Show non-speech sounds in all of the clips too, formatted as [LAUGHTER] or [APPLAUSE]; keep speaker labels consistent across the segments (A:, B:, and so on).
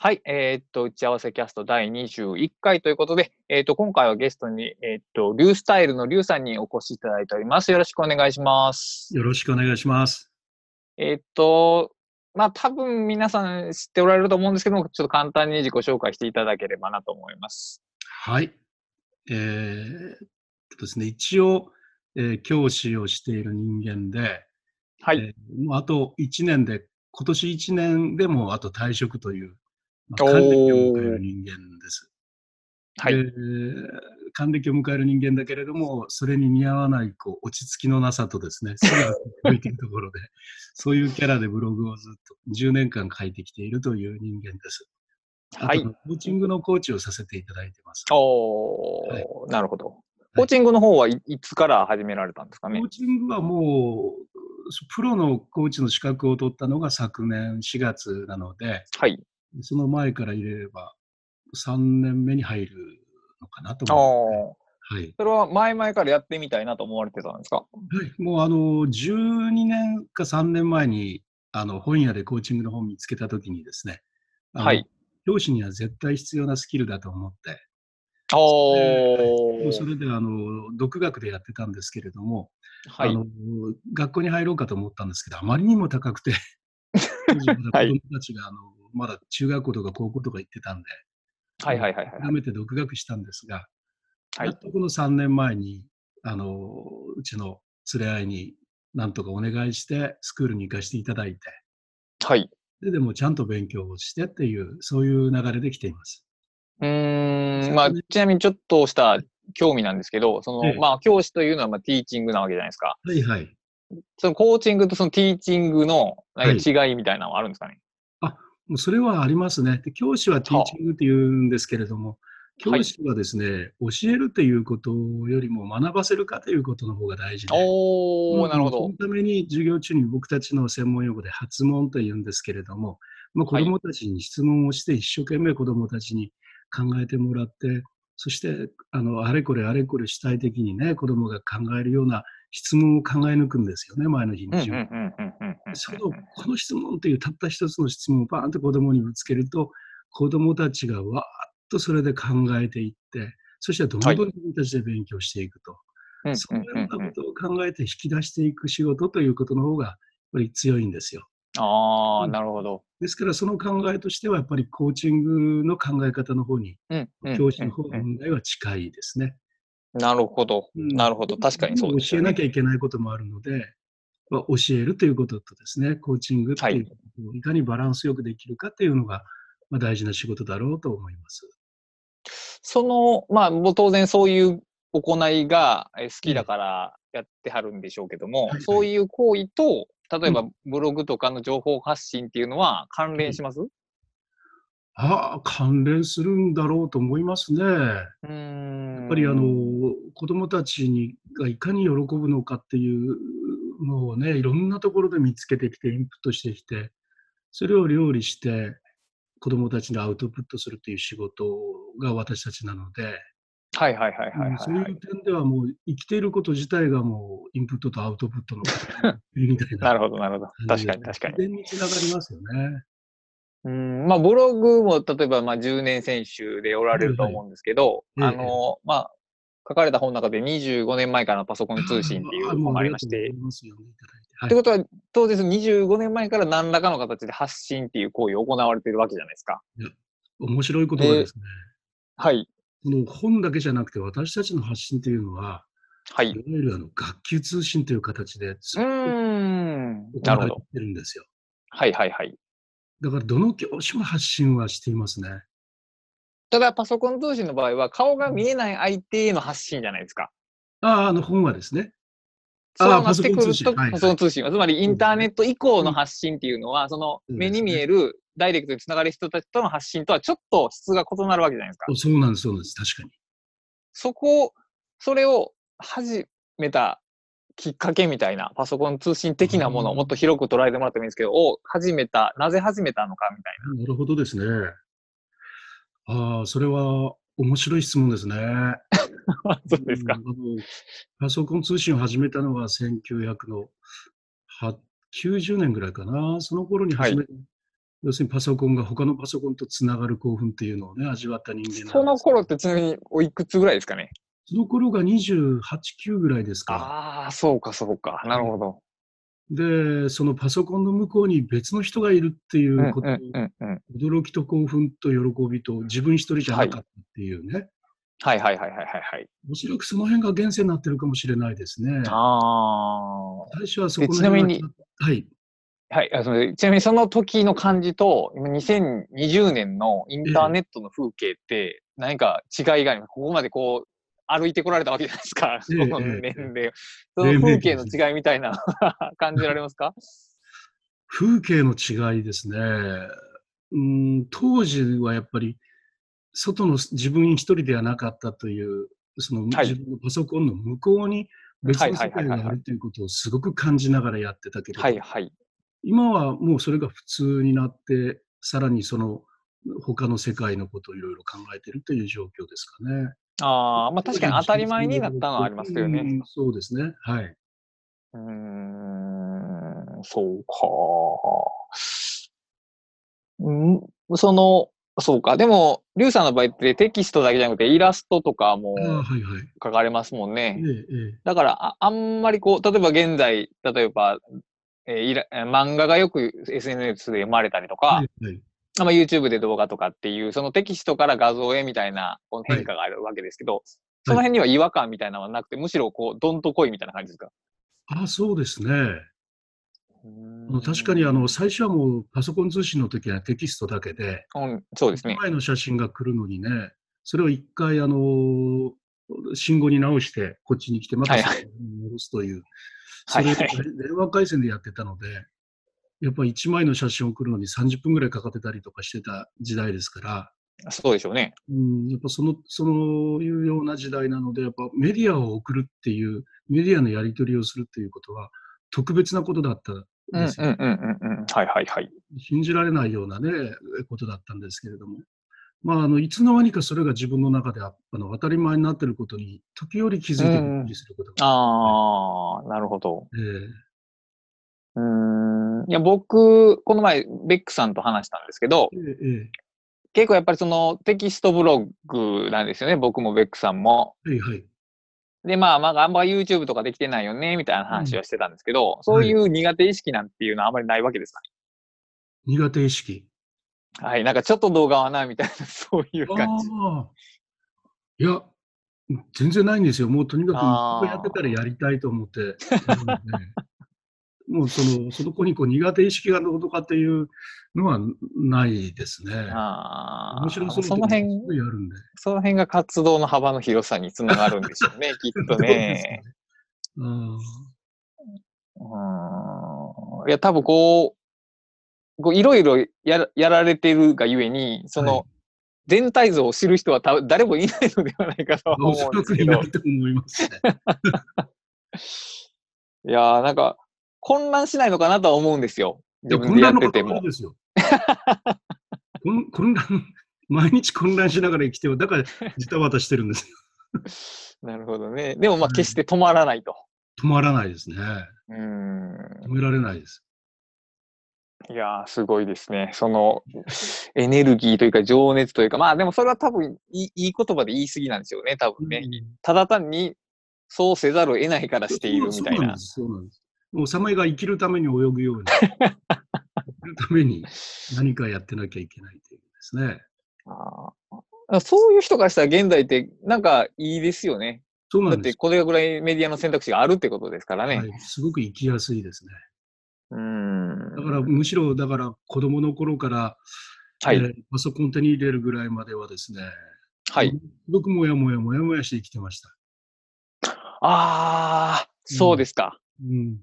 A: はい、えーっと、打ち合わせキャスト第21回ということで、えーっと、今回はゲストに、えーっと、リュースタイルのリュウさんにお越しいただいております。よろしくお願いします。
B: よろしくお願いします。
A: えーっと、まあ、多分皆さん知っておられると思うんですけども、ちょっと簡単に自己紹介していただければなと思います。
B: はい。えー、ですね、一応、えー、教師をしている人間で、
A: はい。え
B: ー、もうあと1年で、今年1年でもあと退職という、まあ、還暦を迎える人間です。
A: はい。
B: 還暦を迎える人間だけれども、それに似合わないこう落ち着きのなさとですね、すぐ向いてるところで、 [LAUGHS] そういうキャラでブログをずっと10年間書いてきているという人間です。
A: はい。コ
B: ーチングのコーチをさせていただいてます。
A: おー、はい、なるほど。コーチングの方はいつから始められたんですかね、
B: はい、コーチングはもう、プロのコーチの資格を取ったのが昨年4月なので、
A: はい、
B: その前から入れれば3年目に入るのかなと思、
A: います、ね、はい、それは前々からやってみたいなと思われてたんですか、はい
B: もうあの12年か3年前にあの本屋でコーチングの本見つけたときにですね、
A: はい、
B: 教師には絶対必要なスキルだと思って、
A: お
B: もうそれであの独学でやってたんですけれども、
A: はい、あの
B: 学校に入ろうかと思ったんですけど、あまりにも高
A: [LAUGHS]
B: くて、当時まだ子供たちがあの、はい、まだ中学校とか高校とか行ってたんで、
A: はいはいはいはい、
B: 改めて独学したんですが、
A: はい、
B: やっとこの3年前にあのうちの連れ合いになんとかお願いして、スクールに行かせていただいて、
A: はい、
B: ででもちゃんと勉強をしてっていう、そういう流れで来ています。
A: うんまあ、ちなみにちょっとした興味なんですけど、その、ええ、まあ、教師というのはまあティーチングなわけじゃないですか。
B: はいはい。
A: そのコーチングとそのティーチングのなんか違いみたいなのはあるんですかね、
B: はい、あもうそれはありますねで。教師はティーチングって言うんですけれども、教師はですね、はい、教えるということよりも学ばせるかということの方が大事で、
A: おなるほど。
B: そのために授業中に僕たちの専門用語で発問というんですけれども、まあ、子どもたちに質問をして、一生懸命子どもたちに考えてもらって、そしてあのあれこれあれこれ主体的にね、子どもが考えるような質問を考え抜くんですよね、前の日に。そのこの質問というたった一つの質問をバーンと子どもにぶつけると、子どもたちがわーっとそれで考えていって、そしてどんどん自分たちで勉強していくと。はい、そういうようなことを考えて引き出していく仕事ということの方がやっぱり強いんですよ。
A: ああ、なるほど。
B: ですから、その考えとしては、やっぱりコーチングの考え方の方に、教師の方の問題は近いですね。、
A: なるほど、なるほど、確かにそうです
B: ね、教えなきゃいけないこともあるので、まあ、教えるということとですね、コーチングっていうことをいかにバランスよくできるかっていうのが、まあ、大事な仕事だろうと思います。
A: その、まあ、もう当然そういう行いが好きだからやってはるんでしょうけども、うん、そういう行為と、例えばブログとかの情報発信っていうのは関連します、うん、
B: ああ、関連するんだろうと思いますね。
A: うん
B: やっぱりあの子どもたちにがいかに喜ぶのかっていうのをね、いろんなところで見つけてきて、インプットしてきて、それを料理して、子どもたちにアウトプットするという仕事が私たちなので。
A: はいはいはいはい、はい、
B: そういう点ではもう生きていること自体がもうインプットとアウトプットのみたい
A: [LAUGHS] な。なるほどなるほど。確かに確かに。
B: 自然につながりますよね。
A: うんまあ、ブログも例えばまあ10年選手でおられると思うんですけど、はいはい、あのまあ、書かれた本の中で25年前からのパソコン通信っていう本もありまして。ということは、当然25年前から何らかの形で発信っていう行為を行われているわけじゃないですか。
B: 面白いことですね。
A: はい。
B: この本だけじゃなくて私たちの発信というのは、
A: はい、い
B: わゆるあの学級通信という形でずっと
A: 行われ
B: てるんですよ。
A: はいはいはい。
B: だからどの教師も発信はしていますね。
A: ただパソコン通信の場合は顔が見えない相手への発信じゃないですか。
B: ああ、あの本はですね。
A: そうなってくるとパソコン通信は、つまりインターネット以降の発信っていうのは、その目に見えるダイレクトにつながる人たちとの発信とはちょっと質が異なるわけじゃないですか。
B: そうなんです、そうなんです、確かに。
A: そこを、それを始めたきっかけみたいな、パソコン通信的なものをもっと広く捉えてもらってもいいんですけど、を始めた、なぜ始めたのかみたい
B: な。なるほどですね。ああ、それは面白い質問ですね。
A: [LAUGHS] そうですか、
B: パソコン通信を始めたのは1990年ぐらいかな。その頃に始めた、はい要するにパソコンが他のパソコンとつながる興奮っていうのをね、味わった人間
A: その頃ってちなみにおいくつぐらいですかね
B: その頃が28、9ぐらいですか。
A: ああ、そうかそうか。なるほど。
B: で、そのパソコンの向こうに別の人がいるっていうこと、
A: うんうんうんうん
B: 驚きと興奮と喜びと自分一人じゃなかったっていうね、
A: はいはいはいはいはいはい。
B: おそらくその辺が現世になってるかもしれないですね。
A: あ
B: 最初はそこの
A: えちなみに
B: 辺ははい。
A: あ。はい、あすみませんちなみにその時の感じと、今2020年のインターネットの風景って、何か違いがあります。ここまでこう、歩いてこられたわけじゃないです [LAUGHS] か、そ
B: ええ
A: の
B: ええ
A: 年齢。その風景の違いみたいな [LAUGHS] 感じられますか
B: 風景の違いですね。うん、当時はやっぱり、外の自分一人ではなかったという、その
A: はい
B: 自分のパソコンの向こうに別の世界があるということをすごく感じながらやってたけれど、
A: はいはい。
B: 今はもうそれが普通になって、さらにその他の世界のことをいろいろ考えてるという状況ですかね。
A: ああ、まあ確かに当たり前になったのはありますけどね。
B: うん。そうですね。はい。
A: うーん、そうか。うん、その、そうか。でも、リュウさんの場合ってテキストだけじゃなくてイラストとかも
B: ああ、はいはい。
A: 書かれますもん
B: え
A: ね。
B: え、ええ。
A: だからあ、あんまりこう、例えば現在、例えば、えーイラえー漫画がよく SNS で読まれたりとか
B: は、いはい
A: まあ、YouTube で動画とかっていう、そのテキストから画像へみたいなこの変化があるわけですけど、その辺には違和感みたいなのはなくて、むしろこう、どんと来いみたいな感じですか
B: ああ、そうですね。あの確かにあの最初はもうパソコン通信の時はテキストだけで、
A: うん、そうですね。
B: 前の写真が来るのにね、それを一回あの、信号に直して、こっちに来て、また
A: はい
B: そ
A: は
B: こに戻すという、
A: は
B: そ
A: いは
B: れ
A: い
B: を電話回線でやってたので、やっぱり1枚の写真を送るのに30分ぐらいかかってたりとかしてた時代ですから、
A: そうでしょうね。
B: うん、やっぱその、そういうような時代なので、やっぱメディアを送るっていう、メディアのやり取りをするっていうことは、特別なことだったん
A: うんうん
B: ですよ。
A: うんうんうん。はいはいはい。
B: 信じられないようなね、ことだったんですけれども。まあ、あの、いつの間にかそれが自分の中でああの当たり前になっていることに、時折気づいてびっくりすることがあっ
A: ああ、なるほど。
B: て、
A: うーん。いや、僕、この前、ベックさんと話したんですけど、
B: えええ
A: 結構やっぱりそのテキストブログなんですよね。僕もベックさんも。
B: えはいはい。
A: で、まあ、まあ、あんま YouTube とかできてないよね、みたいな話はしてたんですけど、そういう苦手意識なんていうのはあまりないわけですか、
B: 苦手意識。
A: はい。なんかちょっと動画はな、みたいな、 [LAUGHS] そういう
B: あ
A: 感じ。
B: あ。いや、全然ないんですよ。もうとにかく、
A: あー
B: こうやってたらやりたいと思って。 [LAUGHS] なのでもうその、その子にこう苦手意識がどうとかっていうのはないですね。
A: ああ
B: 面白
A: ー、
B: そう
A: その辺、
B: やるんで。
A: その辺が活動の幅の広さにつながるんでしょうね、 [LAUGHS] きっ
B: [LAUGHS]
A: とね。
B: どうです
A: うーんいや、多分こう、こういろいろやらやられてるがゆえに、そ
B: は
A: の、全体像を知る人は多分誰もいないのではないかとは
B: か。うん、お
A: 思
B: そ
A: うん
B: ら
A: です
B: く
A: け
B: い
A: ど
B: な、いと思いますね。
A: いやー、なんか、混乱しないのかなとは思うんですよ。 [LAUGHS] 自分
B: 混
A: でやっ
B: 乱の
A: て
B: こ
A: て
B: と
A: も。
B: ですよ。 [LAUGHS] 混混乱、毎日混乱しながら生きては、だからジタバタしてるんですよ。
A: なるほどね。でも、まあ、
B: うん
A: 決して止まらないと。
B: 止まらないですね。
A: うーん。
B: 止められないです。
A: いやー、すごいですね。その、エネルギーというか、情熱というか、まあでもそれは多分いい、いい言葉で言い過ぎなんですよね、多分ね。
B: うん
A: ただ単に、そうせざるを得ないからしているみたい
B: そうそうなん
A: な
B: で。す。そうなんです。もう、サマイが生きるために泳ぐように、生きるために何かやってなきゃいけないということですね。
A: あーそういう人からしたら現代ってなんかいいですよね。
B: そう
A: だ
B: な
A: っ
B: ん
A: て
B: です。
A: これぐらいメディアの選択肢があるってことですからね。
B: はい、すごく生きやすいですね。
A: うーん。
B: だから、むしろ、だから、子供の頃から、
A: はい
B: えーパソコン手に入れるぐらいまではですね、
A: はい。
B: 僕もやもやもやもやして生きてました。
A: ああ、そうですか。
B: うん。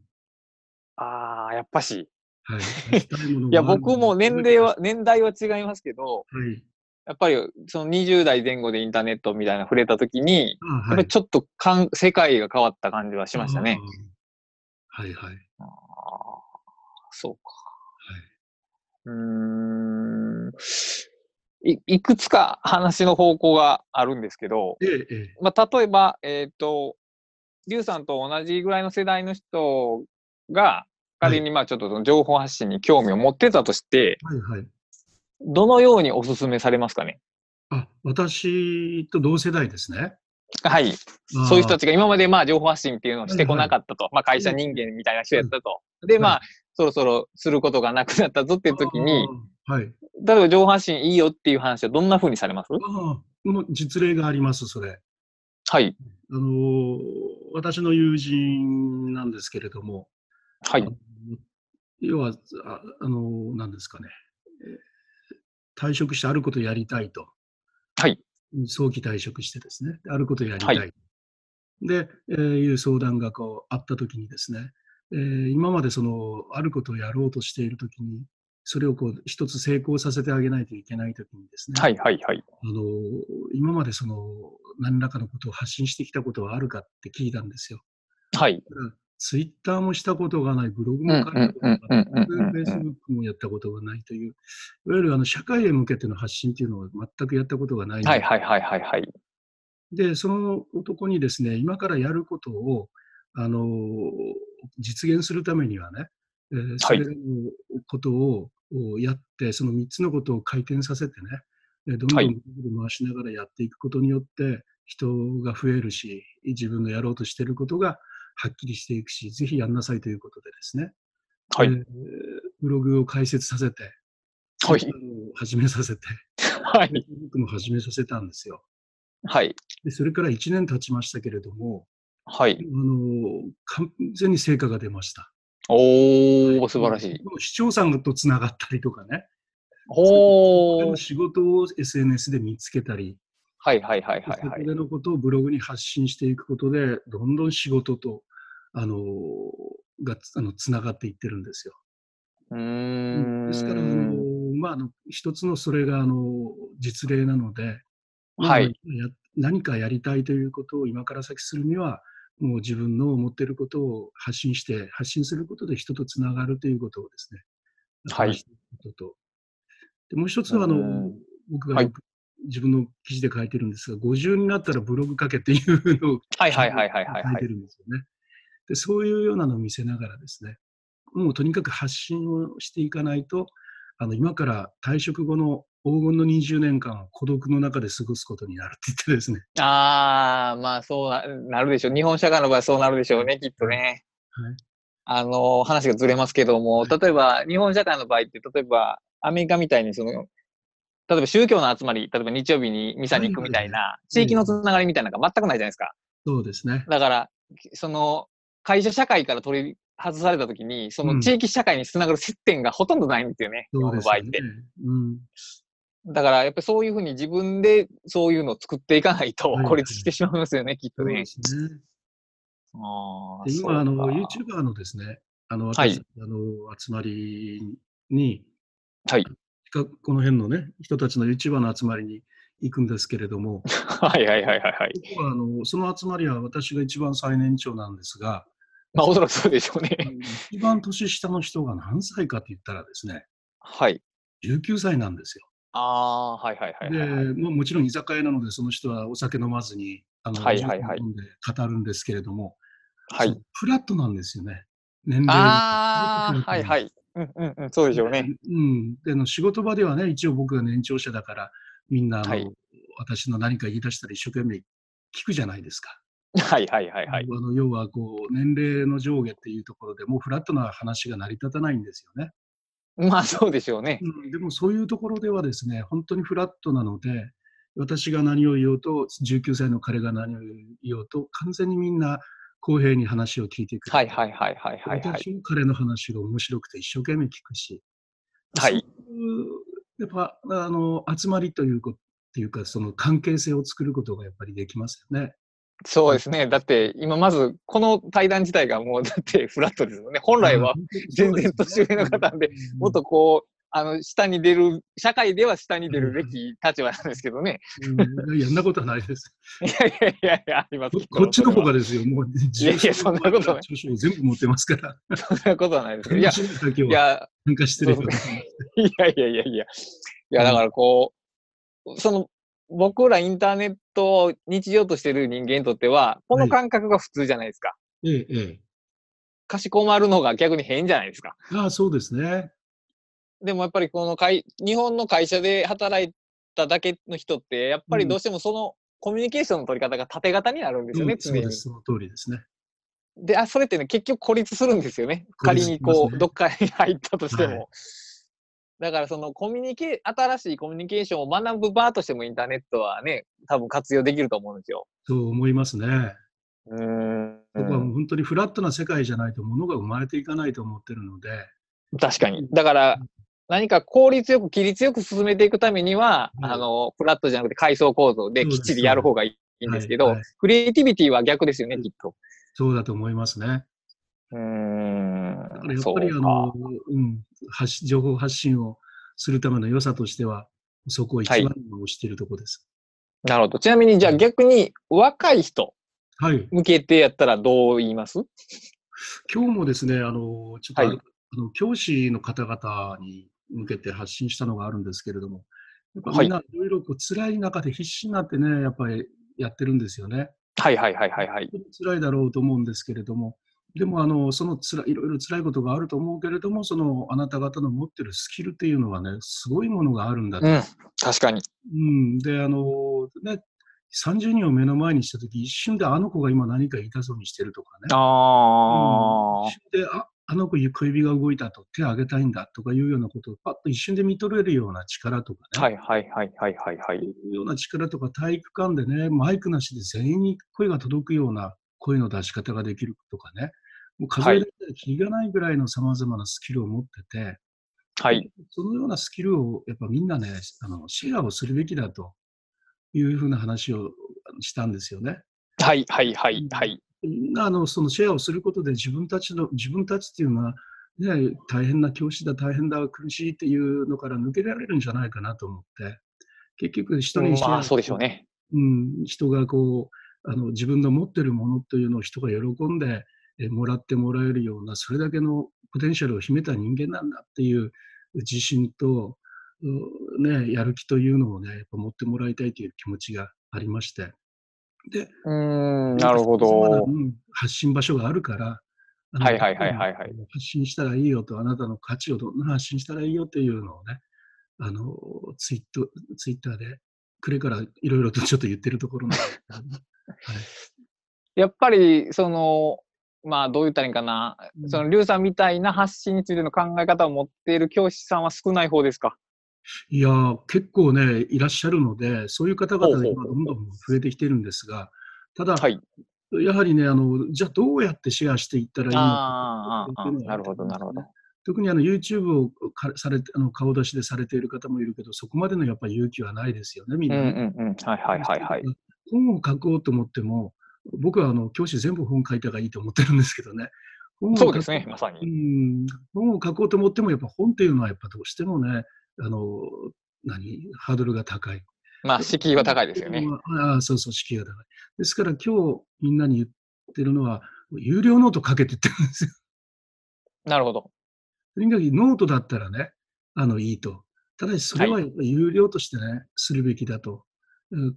A: ああ、やっぱし。
B: はい。
A: [LAUGHS] いや、僕も年齢は、年代は違いますけど、
B: はい。
A: やっぱりその20代前後でインターネットみたいな触れた時に、
B: あ
A: やっぱりちょっとかん世界が変わった感じはしましたね。。
B: あーはいはい。はい。
A: ああそうか。うーんい。いくつか話の方向があるんですけど、
B: ええ、ええ。
A: まあ、例えば、えっ、と、リュウさんと同じぐらいの世代の人が、仮にまあちょっとその情報発信に興味を持ってたとして、
B: はいはい。
A: どのようにお勧めされますかね
B: あ、私と同世代ですね。
A: はい。そういう人たちが今までまあ情報発信っていうのをしてこなかったと。はいはい、まあ会社人間みたいな人やったと。で、まあ、はい、そろそろすることがなくなったぞっていう時に、
B: はい。
A: 例えば情報発信いいよっていう話はどんなふうにされます
B: あもう実例があります、それ。
A: はい。
B: あの、私の友人なんですけれども、
A: はい。
B: 要は、ああの、何ですかね。退職してあることやりたいと。
A: はい。
B: 早期退職してですね、あることやりたい。はい、で、えー、いう相談がこうあったときにですね、えー、今までその、あることをやろうとしているときに、それをこう、一つ成功させてあげないといけないときにですね、
A: はいはいはい。
B: あの、今までその、何らかのことを発信してきたことはあるかって聞いたんですよ。
A: はい。
B: ツイッターもしたことがない、ブログも書いたことがない、フェイスブックもやったことがないという、いわゆるあの社会へ向けての発信というのを全くやったことがない。
A: はいはいはいはい、はい。
B: で、その男にですね、今からやることを、あの、実現するためにはね、えー、それのことをやって、その3つのことを回転させてね、どんどん回しながらやっていくことによって、人が増えるし、自分のやろうとしていることが、はっきりしていくし、ぜひやんなさいということでですね、
A: はい、え
B: ー、ブログを開設させて、
A: はい、
B: 始めさせて、
A: はい、
B: 僕も始めさせたんですよ。
A: はい、
B: でそれから1年経ちましたけれども、
A: はい、
B: あの完全に成果が出ました。
A: おお、素晴らしい。
B: 市長さんとつながったりとかね、
A: お
B: 仕事を SNS で見つけたり、
A: はいはいはいはい、
B: はい。そこのことをブログに発信していくことで、どんどん仕事と、あの、があのつながっていってるんですよ。
A: うん
B: ですから、あのまあ、あの一つのそれがあの実例なので、
A: はい、
B: 何かやりたいということを今から先するには、もう自分の持っていることを発信して、発信することで人とつながるということをですね、
A: はい。
B: とでもう一つはあの、僕が、はい自分の記事で書いてるんですが、50になったらブログ書けっていうのを書いてるんですよね。でそういうようなのを見せながらですね、もうとにかく発信をしていかないと、あの今から退職後の黄金の20年間を孤独の中で過ごすことになるって言ってですね。
A: ああ、まあそうなるでしょう。日本社会の場合そうなるでしょうね、きっとね。
B: はい、
A: あの、話がずれますけども、例えば、はい、日本社会の場合って、例えばアメリカみたいにその、例えば宗教の集まり、例えば日曜日にミサに行くみたいな、地域のつながりみたいなのが全くないじゃないですか。
B: そうですね。
A: だから、その、会社社会から取り外されたときに、その地域社会につながる接点がほとんどないんですよね、
B: うん、
A: の場合って。、
B: ねうん
A: だから、やっぱりそういうふうに自分でそういうのを作っていかないと孤立してしまいますよね、はいはい、きっとね。
B: そうですね。
A: あ
B: 今、あの、YouTuber のですね、あの、
A: はい、
B: あの集まりに、
A: はい。
B: この辺のね、人たちの YouTuber の集まりに行くんですけれども、
A: [LAUGHS] はいはいはいはい、はい、
B: あの。その集まりは私が一番最年長なんですが、
A: まあおそらくそうでしょうね。
B: 一番年下の人が何歳かって言ったらですね、
A: [LAUGHS] はい。
B: 19歳なんですよ。、
A: ああ、はいはいはい、はい
B: で、まあ、もちろん居酒屋なので、その人はお酒飲まずに、あの、
A: はいはいはい、
B: 飲んで語るんですけれども、
A: はい。
B: フラットなんですよね。年齢
A: ああ、はいはい。うんうんうん、そうでしょうね。
B: うん、での仕事場ではね、一応僕が年長者だから、みんなあの、はい、私の何か言い出したら一生懸命聞くじゃないですか。
A: [LAUGHS] はいはいはいはい。
B: あの要はこう年齢の上下っていうところでもうフラットな話が成り立たないんですよね。
A: まあそうでしょうね、
B: うん。でもそういうところではですね、本当にフラットなので、私が何を言おうと、19歳の彼が何を言おうと、完全にみんな公平に話を聞いていく
A: はいはいはいはいはい、はい。
B: 彼の話が面白くて一生懸命聞くし。
A: はい。
B: やっぱ、あの、集まりということ、っていうか、その関係性を作ることがやっぱりできますよね。
A: そうですね。だって、今まず、この対談自体がもう、だって [LAUGHS] フラットですよね。本来は全然年上の方で、もっとこう、あの、下に出る、社会では下に出るべき立場なんですけどね。
B: うん、いや、んなことはないです。
A: [LAUGHS] いやいやいやいや、あります
B: こっちの方がですよ、もう。
A: いやいや、そんなことない。
B: 著書を全部持ってますから。
A: そんなことはないですけど。
B: [LAUGHS]
A: いや、
B: いや、なんか失礼か。
A: [LAUGHS] いやいやいやいや。いや、だからこう、その、僕らインターネットを日常としてる人間にとっては、この感覚が普通じゃないですか。
B: ええ、ええ。
A: かしこまるのが逆に変じゃないですか。
B: ああ、そうですね。
A: でもやっぱりこの会日本の会社で働いただけの人ってやっぱりどうしてもそのコミュニケーションの取り方が縦型になるんですよね、
B: うん
A: 常
B: そう
A: に。
B: です、その通りですね。
A: であそれってね結局孤立するんですよね
B: 孤立
A: 仮
B: しますね
A: にこう、どっかに入ったとしても。
B: はい
A: だからそのコミュニケ新しいコミュニケーションを学ぶ場としてもインターネットはね多分活用できると思うんですよ。
B: そう思いますね。
A: うーん
B: 僕はもう本当にフラットな世界じゃないと物が生まれていかないと思ってるので、
A: 確かに。だから何か効率よく規律よく進めていくためには、
B: はい
A: あのフラットじゃなくて階層構造で
B: そう
A: き
B: で
A: っち
B: す
A: りやる方がいいんですけど、
B: はいはい
A: クリエイティビティは逆ですよね、
B: うん
A: きっと。
B: そうだと思いますね。
A: うーん
B: だからやっぱりあ
A: そう
B: の
A: か、
B: うん、発し情報発信をするための良さとしては、そこを一番
A: はい
B: に推しているところです。
A: なるほど。ちなみにじゃあ逆に若い人
B: はい。
A: 向けてやったらどう言います
B: 今日もですね、あの、ちょっと、
A: はい
B: あの教師の方々に向けて発信したのがあるんですけれども、やっぱ
A: はい
B: みんないろいろこう辛い中で必死になってね、やっぱりやってるんですよね。
A: はいはいはいはいはい。
B: 辛いだろうと思うんですけれども、でもあのその辛いいろいろ辛いことがあると思うけれども、そのあなた方の持ってるスキルっていうのはね、すごいものがあるんだと。
A: うん、確かに。
B: うん、で、あの、ね、30人を目の前にしたとき、一瞬であの子が今何か痛そうにしてるとかね、
A: ああ、
B: 一瞬でああの子小指が動いたと、手を挙げたいんだとかいうようなことを、パッと一瞬で見とれるような力とかね、
A: はいはいはいはいはいはい。
B: いうような力とか体育館でね、マイクなしで全員に声が届くような声の出し方ができるとかね、もう数えられたらきりがないぐらいのさまざまなスキルを持ってて、
A: はい。
B: そのようなスキルをやっぱみんなね、あのシェアをするべきだというふうな話をしたんですよね。
A: はいはいはいはい。
B: みんなあのそのシェアをすることで自分たちの、自分たちっていうのは、ね、大変な教師だ、大変だ、苦しいっていうのから抜けられるんじゃないかなと思って、結局人にシェア
A: まあそうでしょうね。
B: うん、人がこうあの自分の持ってるものというのを人が喜んでえもらってもらえるようなそれだけのポテンシャルを秘めた人間なんだっていう自信と、うね、やる気というのをねやっぱ持ってもらいたいという気持ちがありましてで
A: うーん、なるほ
B: 様々な
A: ど
B: う。ん発信場所があるからあの
A: はいはいはいはいはい
B: あの発信したらいいよとあなたの価値をどんな発信したらいいよというのをねあのツイットツイッターでくれからいろいろとちょっと言ってるとこ
A: [LAUGHS]
B: ろなんで
A: やっぱり、その、まあどう言ったらいいんかな。その、リュウさんみたいな発信についての考え方を持っている教師さんは少ない方ですか
B: いやー結構ねいらっしゃるのでそういう方々が
A: ほうほ
B: 今
A: う
B: どんどん増えてきてるんですがただ、
A: はい。
B: やはりねあのじゃあどうやってシェアしていったらいいのか
A: あーあー、あーなるほどなるほど。
B: 特にあの YouTube をかされてあの顔出しでされている方もいるけどそこまでのやっぱり勇気はないですよねみん
A: うん
B: な
A: う
B: ね、
A: んうん。はいはいはいはい。
B: 本を書こうと思っても、僕はあの教師全部本書いた方がいいと思ってるんですけどね。本を書
A: そ
B: く
A: うですね、まさ
B: う
A: に。
B: ん、本を書こうと思っても、やっぱ本っていうのはやっぱどうしてもね、あの、何、ハードルが高い。
A: まあ敷居は高いですよね。
B: ああ、そうそう、敷居が高い。ですから今日みんなに言ってるのは、有料ノート書けって言ってるんですよ。
A: なるほど。
B: とにかくノートだったらね、あの、いいと。ただし、それはやっぱり有料としてね、するべきだと。うん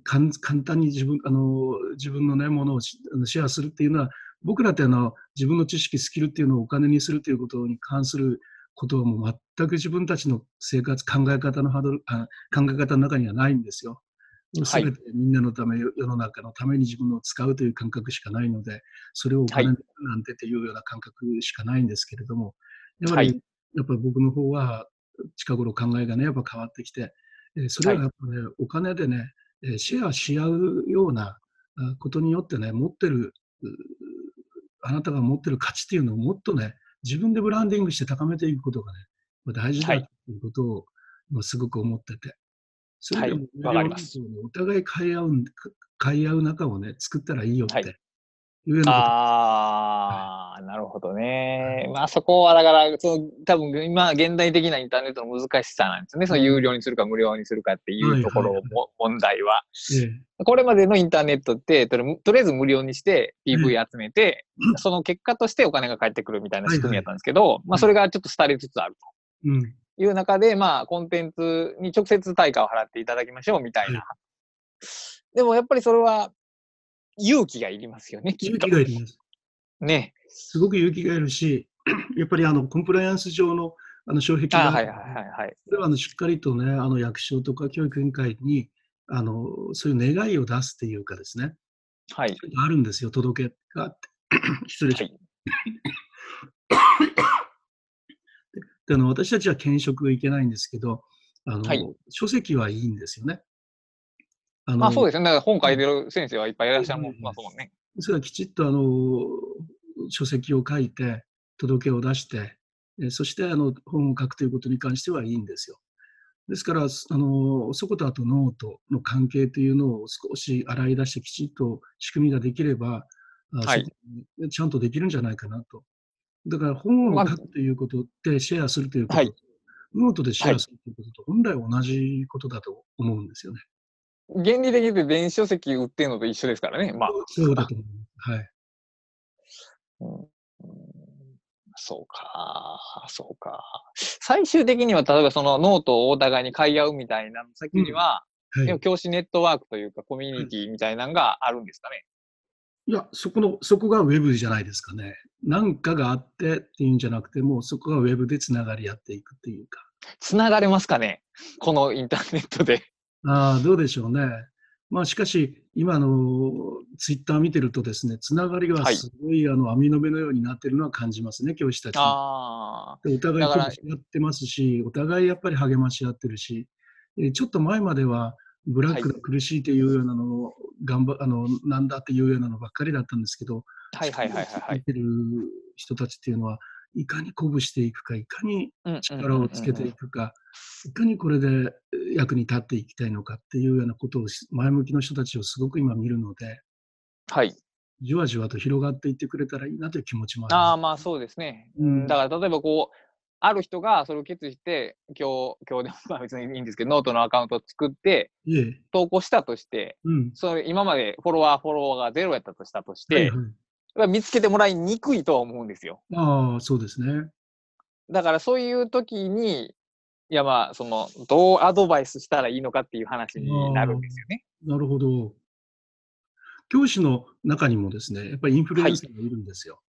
B: 簡簡単に自分あの自分の、ね、ものをしあのシェアするっていうのは、僕らってあの自分の知識、スキルっていうのをお金にするということに関することはもう全く自分たちの生活、考え方のハードルあ考え方の中にはないんですよ。
A: は
B: す
A: い
B: べてみんなのため、世の中のために自分のを使うという感覚しかないので、それをお金にするなんてっていうような感覚しかないんですけれども、やはり、
A: はい
B: やっぱり僕の方は近頃考えがね、やっぱ変わってきて、えーそれはやっぱね、お金でね、えーシェアし合うようなあことによってね、持ってる、うあなたが持ってる価値っていうのをもっとね、自分でブランディングして高めていくことがね、まあ大事だ
A: は
B: と
A: い
B: いうことを今すごく思ってて、それでも
A: はいわかります
B: 両方のお互い買い合うん、買い合う仲をね、作ったらいいよって、
A: はい
B: い、うようなこと
A: ああ、なるほどね。まあそこはだから、その多分今現代的なインターネットの難しさなんですよね。その有料にするか無料にするかっていうところ
B: はい
A: も
B: はい
A: 問題は。
B: で、
A: これまでのインターネットって、とりとりあえず無料にして
B: ん
A: PV 集めて、
B: うん
A: その結果としてお金が返ってくるみたいな仕組み
B: は
A: や
B: いはい
A: ったんですけど、まあそれがちょっと廃れつつある
B: うん、
A: という中で、まあコンテンツに直接対価を払っていただきましょうみたいな。でもやっぱりそれは勇気がいりますよね、きっ
B: 勇
A: と
B: 気。がいります。
A: ね。
B: すごく勇気がいるし、 [CLEARS THROAT] やっぱりあのコンプライアンス上のあの障壁
A: あ
B: が、
A: はいはいはいはい。
B: それはあのしっかりとね、あの役所とか教育委員会にあのそういう願いを出すっていうかですね、
A: はい。
B: あるんですよ、届けがあって。 [CLEARS THROAT] 失礼しま
A: は
B: し
A: い、
B: たあの私たちは兼職いけないんですけど、あの
A: はい
B: 書籍はいいんですよね。あの
A: まあそうですね。だから本書いてる先生はいっぱいいらっしゃるもん、まあそうね。
B: それはきちっとあの書籍を書いて、届けを出して、えそしてあの本を書くということに関してはいいんですよ。ですから、すあのそことあと脳との関係というのを少し洗い出して、きちっと仕組みができれば、あ
A: はい
B: そこちゃんとできるんじゃないかなと。だから本を書くということってシェアするということ、
A: はい
B: ノートでシェアするということと本来同じことだと思うんですよね。
A: 原理的に言って電子書籍売ってるのと一緒ですからね。まあ。
B: そうだと思います。はい
A: うんそうか、そうか。最終的には、例えばそのノートをお互いに買い合うみたいなの先には、
B: はい
A: でも教師ネットワークというか、コミュニティみたいなのがあるんですかね。
B: いや、そこの、そこがウェブじゃないですかね。なんかがあってっていうんじゃなくて、もうそこがウェブでつながり合っていくっていうか。
A: つながれますかねこのインターネットで。
B: ああ、どうでしょうね。まあ、しかし、今のツイッター見てるとですね、つながりは
A: はい
B: すごい、あの網の目のようになってるのは感じますね、教師たちも。
A: あ
B: でお互い
A: だから
B: 鼓舞し合ってますし、お互いやっぱり励まし合ってるし、えーちょっと前までは、ブラックが苦しいというようなのを、頑張あのなんだっていうようなのばっかりだったんですけど、
A: あ、はいはいはいはいは
B: 見
A: い。
B: てる人たちっていうのは、いかに鼓舞していくか、いかに
A: うん
B: 力をつけていくか、いかにこれでえー役に立っていきたいのかっていうようなことをし前向きの人たちをすごく今見るので、
A: はい。
B: じわじわと広がっていってくれたらいいなという気持ちも
A: あ
B: あ
A: あ、
B: り
A: まあそうですね。
B: うん
A: だから例えばこう、ある人がそれを決意して、今日、今日でもまあ別にいいんですけど、ノートのアカウントを作って、
B: ます。いえ、
A: 投稿したとして、
B: うん。
A: それ今までフォロワー、フォロワーがゼロやったとしたとして、
B: はい
A: やっ
B: はい
A: ぱり見つけてもらいにくいとは思うんですよ。
B: ああ、そうですね。
A: だからそういう時に、いやまあ、その、どうアドバイスしたらいいのかっていう話になるんですよね。
B: なるほど。教師の中にもですね、やっぱりインフルエンサーがいるんですよ。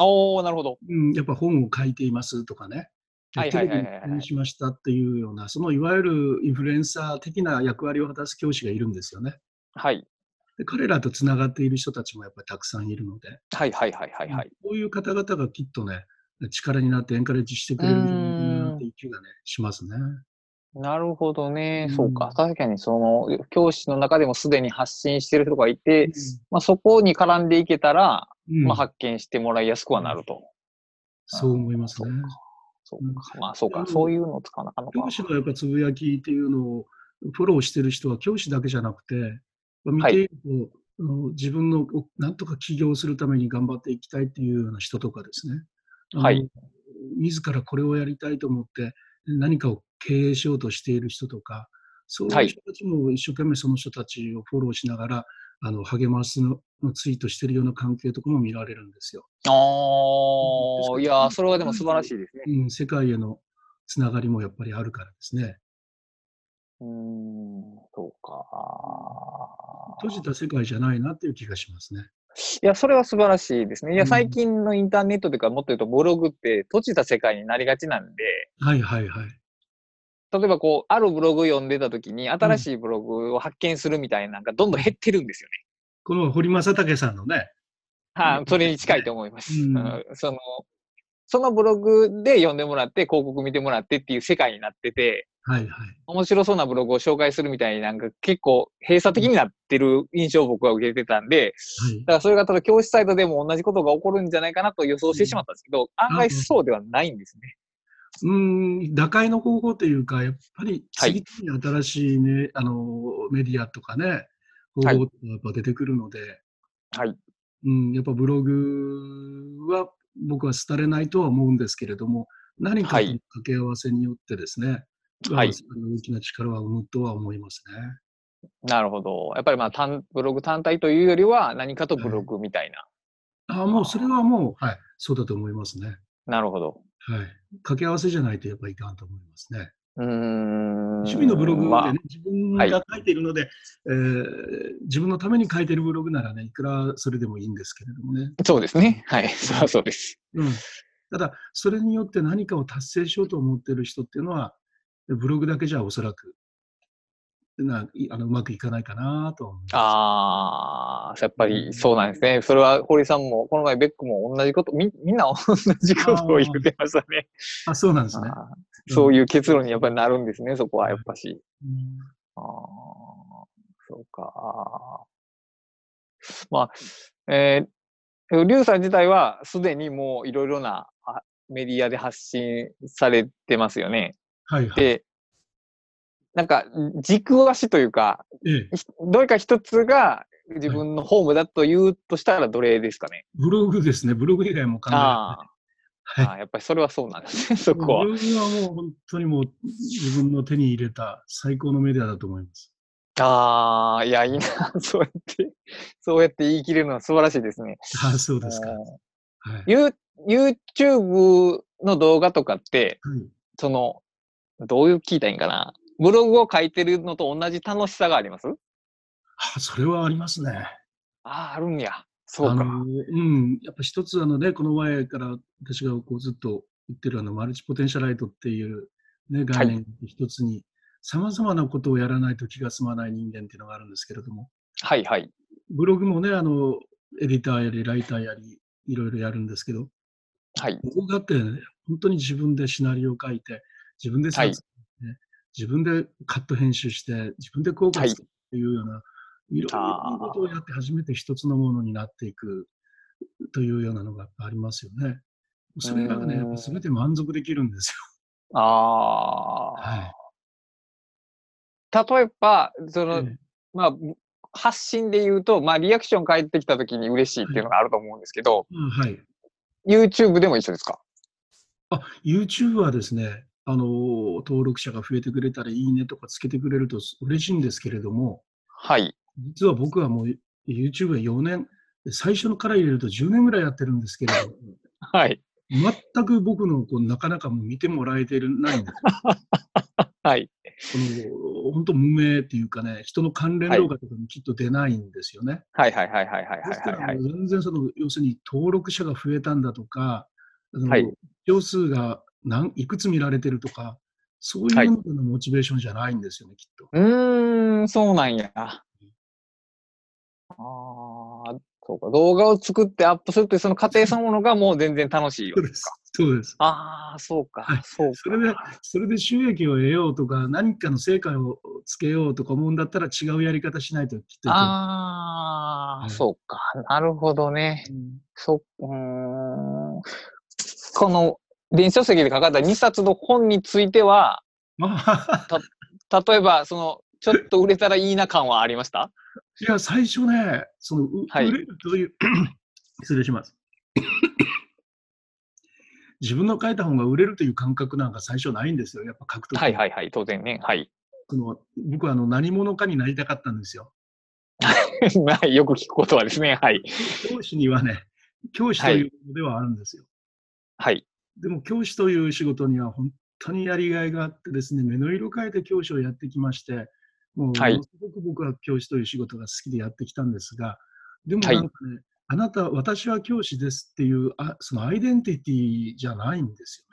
A: おおなるほど。
B: うん、やっぱ本を書いていますとかね、
A: はい
B: テ
A: はい
B: レビ
A: はいはいはい
B: に出演しましたっていうような、そのいわゆるインフルエンサー的な役割を果たす教師がいるんですよね。
A: はい。
B: で彼らとつながっている人たちもやっぱりたくさんいるので、
A: はいはいはいはいはい。
B: こういう方々がきっとね、力になってエンカレッジしてくれるんじゃないかなっていう気がね、しますね。
A: なるほどね。
B: うん
A: そうか。確かにその、教師の中でもすでに発信してる人がいて、まあ、そこに絡んでいけたら、
B: うん
A: まあ、発見してもらいやすくはなると。
B: そう思いますね。
A: そうか。まあそう
B: う
A: か。
B: ん
A: そういうのを使わなあかんのか
B: 教。師のやっぱつぶやきっていうのをフォローしてる人は教師だけじゃなくて、見ていると、あの自分のおなんとか起業するために頑張っていきたいっていうような人とかですね、あの
A: はい
B: 自らこれをやりたいと思って何かを経営しようとしている人とか、そう
A: は
B: いう
A: い
B: 人たちも一生懸命その人たちをフォローしながら、あの励ますののツイートしてるような関係とかも見られるんですよ。
A: ああ、いやー、それはでも素晴らしいですね。
B: うん、世界へのつながりもやっぱりあるからですね。
A: うーん、そうか。
B: 閉じた世界じゃないなっていう気がしますね。
A: いや、それは素晴らしいですね。いや、
B: うん
A: 最近のインターネットというか、もっと言うとブログって閉じた世界になりがちなんで、
B: はいはいはい。
A: 例えばこう、あるブログ読んでた時に、新しいブログを発見するみたいなのがどんどん減ってるんですよね。
B: この堀正武さんのね、
A: はい、それに近いと思います。
B: うん
A: うんその、そのブログで読んでもらって、広告見てもらってっていう世界になってて、
B: はいはい。
A: 面白そうなブログを紹介するみたいな、なんか結構閉鎖的になってる印象を僕は受けてたんで、
B: はい、
A: だからそれがただ教師サイドでも同じことが起こるんじゃないかなと予想してしまったんですけど、案外そうではないんですね。
B: うーん、打開の方法というか、やっぱり
A: はい
B: 次々に新しい、ねあのメディアとかね、方
A: はい
B: 法とかやっぱ出てくるので、
A: はい。
B: うん、やっぱブログは僕は廃れないとは思うんですけれども、何か
A: は
B: と
A: い
B: の掛け合わせによってですね、
A: はい
B: あの大きな力は生むとは思いますね。
A: なるほど。やっぱりまあ単、ブログ単体というよりは何かとブログみたいな。
B: あもうそれはもう、はい、そうだと思いますね。
A: なるほど。
B: はい。掛け合わせじゃないとやっぱいかんと思いますね。趣味のブログでね、
A: まあ
B: 自分が書いているので、えー自分のために書いているブログならね、いくらそれでもいいんですけれどもね。
A: そうですね。 [LAUGHS] はい。それはそうです。
B: うん、ただ、それによって何かを達成しようと思っている人っていうのは、ブログだけじゃおそらくないあのうまくいかないかなとは思います。
A: ああ、やっぱりそうなんですね。それは堀さんも、この前ベックも同じこと、みみんな同じことを言ってましたね。
B: あそうなんですね。
A: あーそういう結論にやっぱりなるんですね、そこはやっぱし。
B: うん
A: ああ、そうか。まあ、えー、リュウさん自体はすでにもういろいろなあメディアで発信されてますよね。
B: はいはい。
A: で、なんか軸足というか、
B: ええ
A: ひどれか一つが自分のホームだと言うとしたらどれですかね。
B: ブログですね。ブログ以外も考え
A: あ
B: は
A: ー
B: い
A: あー、やっぱりそれはそうなんですね、そ
B: ブ
A: こは
B: ロ。グはもう本当にもう自分の手に入れた最高のメディアだと思い
A: [LAUGHS]
B: ます。
A: ああ、いや、いいな、 [LAUGHS] そうやって、そうやって言い切れるのは素晴らしいですね。
B: ああ、そうですか。
A: うん
B: はい。
A: ユー YouTube の動画とかって、
B: はい
A: その、どういう聞いたらいいんかな。ブログを書いてるのと同じ楽しさがあります
B: あそれはありますね。
A: ああ、あるんや。そう
B: あ
A: か。
B: のうん、やっぱ一つあのね、この前から私がこうずっと言ってるあのマルチポテンシャライトっていう、ね、概念一つに、さまざまなことをやらないと気が済まない人間っていうのがあるんですけれども、
A: はいはい。
B: ブログもね、あのエディターやり、ライターやり、いろいろやるんですけど、
A: はい。
B: 動画って、ね、本当に自分でシナリオを書いて、自分で撮影して、自分でカット編集して、自分で効果を作るっていうような、い、ろいろなことをやって初めて一つのものになっていくというようなのがありますよね。それがね、
A: うん
B: やっぱ全て満足できるんです
A: あ
B: よ。
A: あ。
B: はい。
A: 例えば、その、
B: ええ
A: まあ、発信で言うと、まあ、リアクション返ってきた時に嬉しいっていうのがあると思うんですけど、
B: うんはい。
A: YouTube でも一緒ですか
B: あ、YouTube はですね、あの、登録者が増えてくれたり、いいねとかつけてくれると嬉しいんですけれども、
A: はい。
B: 実は僕はもう YouTube は4年、最初のから入れると10年ぐらいやってるんですけれど、
A: はい。
B: 全く僕のこうなかなかもう見てもらえてるないんで
A: はい。
B: すよこの本当無名っていうかね、人の関連動画とかもきっと出ないんですよね。
A: はいはいはいはいはい
B: です
A: は
B: か
A: いは
B: ら
A: い。
B: もう全然その、要するに登録者が増えたんだとか、あの
A: はい
B: 票数が何いくつ見られてるとか、そういうののモチベーションじゃないんですよね、きっと。
A: うーん、そうなんや。ああ、そうか。動画を作ってアップするっていうその過程そのものがもう全然楽しいよ
B: そう。です。 [LAUGHS] そうです。
A: ああ、そうか
B: はい、
A: そうか。
B: それで、それで収益を得ようとか、何かの成果をつけようとか思うんだったら違うやり方しないときっといけな
A: あ
B: う
A: あ、
B: ん
A: そうか。なるほどね
B: い。。うん
A: そ、うーん。この電子書籍で書かれた2冊の本については、
B: まあ、 [LAUGHS]
A: 例えば、その、ちょっと売れたらいいな感はありました
B: いや、最初ね、その、う
A: はい
B: 売れるという、 [COUGHS] 失礼します。 [COUGHS] 自分の書いた本が売れるという感覚なんか最初ないんですよ。やっぱ書くとき、
A: はいはいはい、当然ね。はい。 [LAUGHS]
B: その僕はあの何者かになりたかったんですよ。
A: まあよく聞くことはですね。はい。
B: 教師にはね、教師というのではあるんですよ。
A: はい。
B: でも教師という仕事には本当にやりがいがあってですね、目の色変えて教師をやってきまして、もうもの
A: はい
B: すごく僕は教師という仕事が好きでやってきたんですが、でも
A: はい
B: なんかね、あなた、私は教師ですっていうあ、そのアイデンティティじゃないんです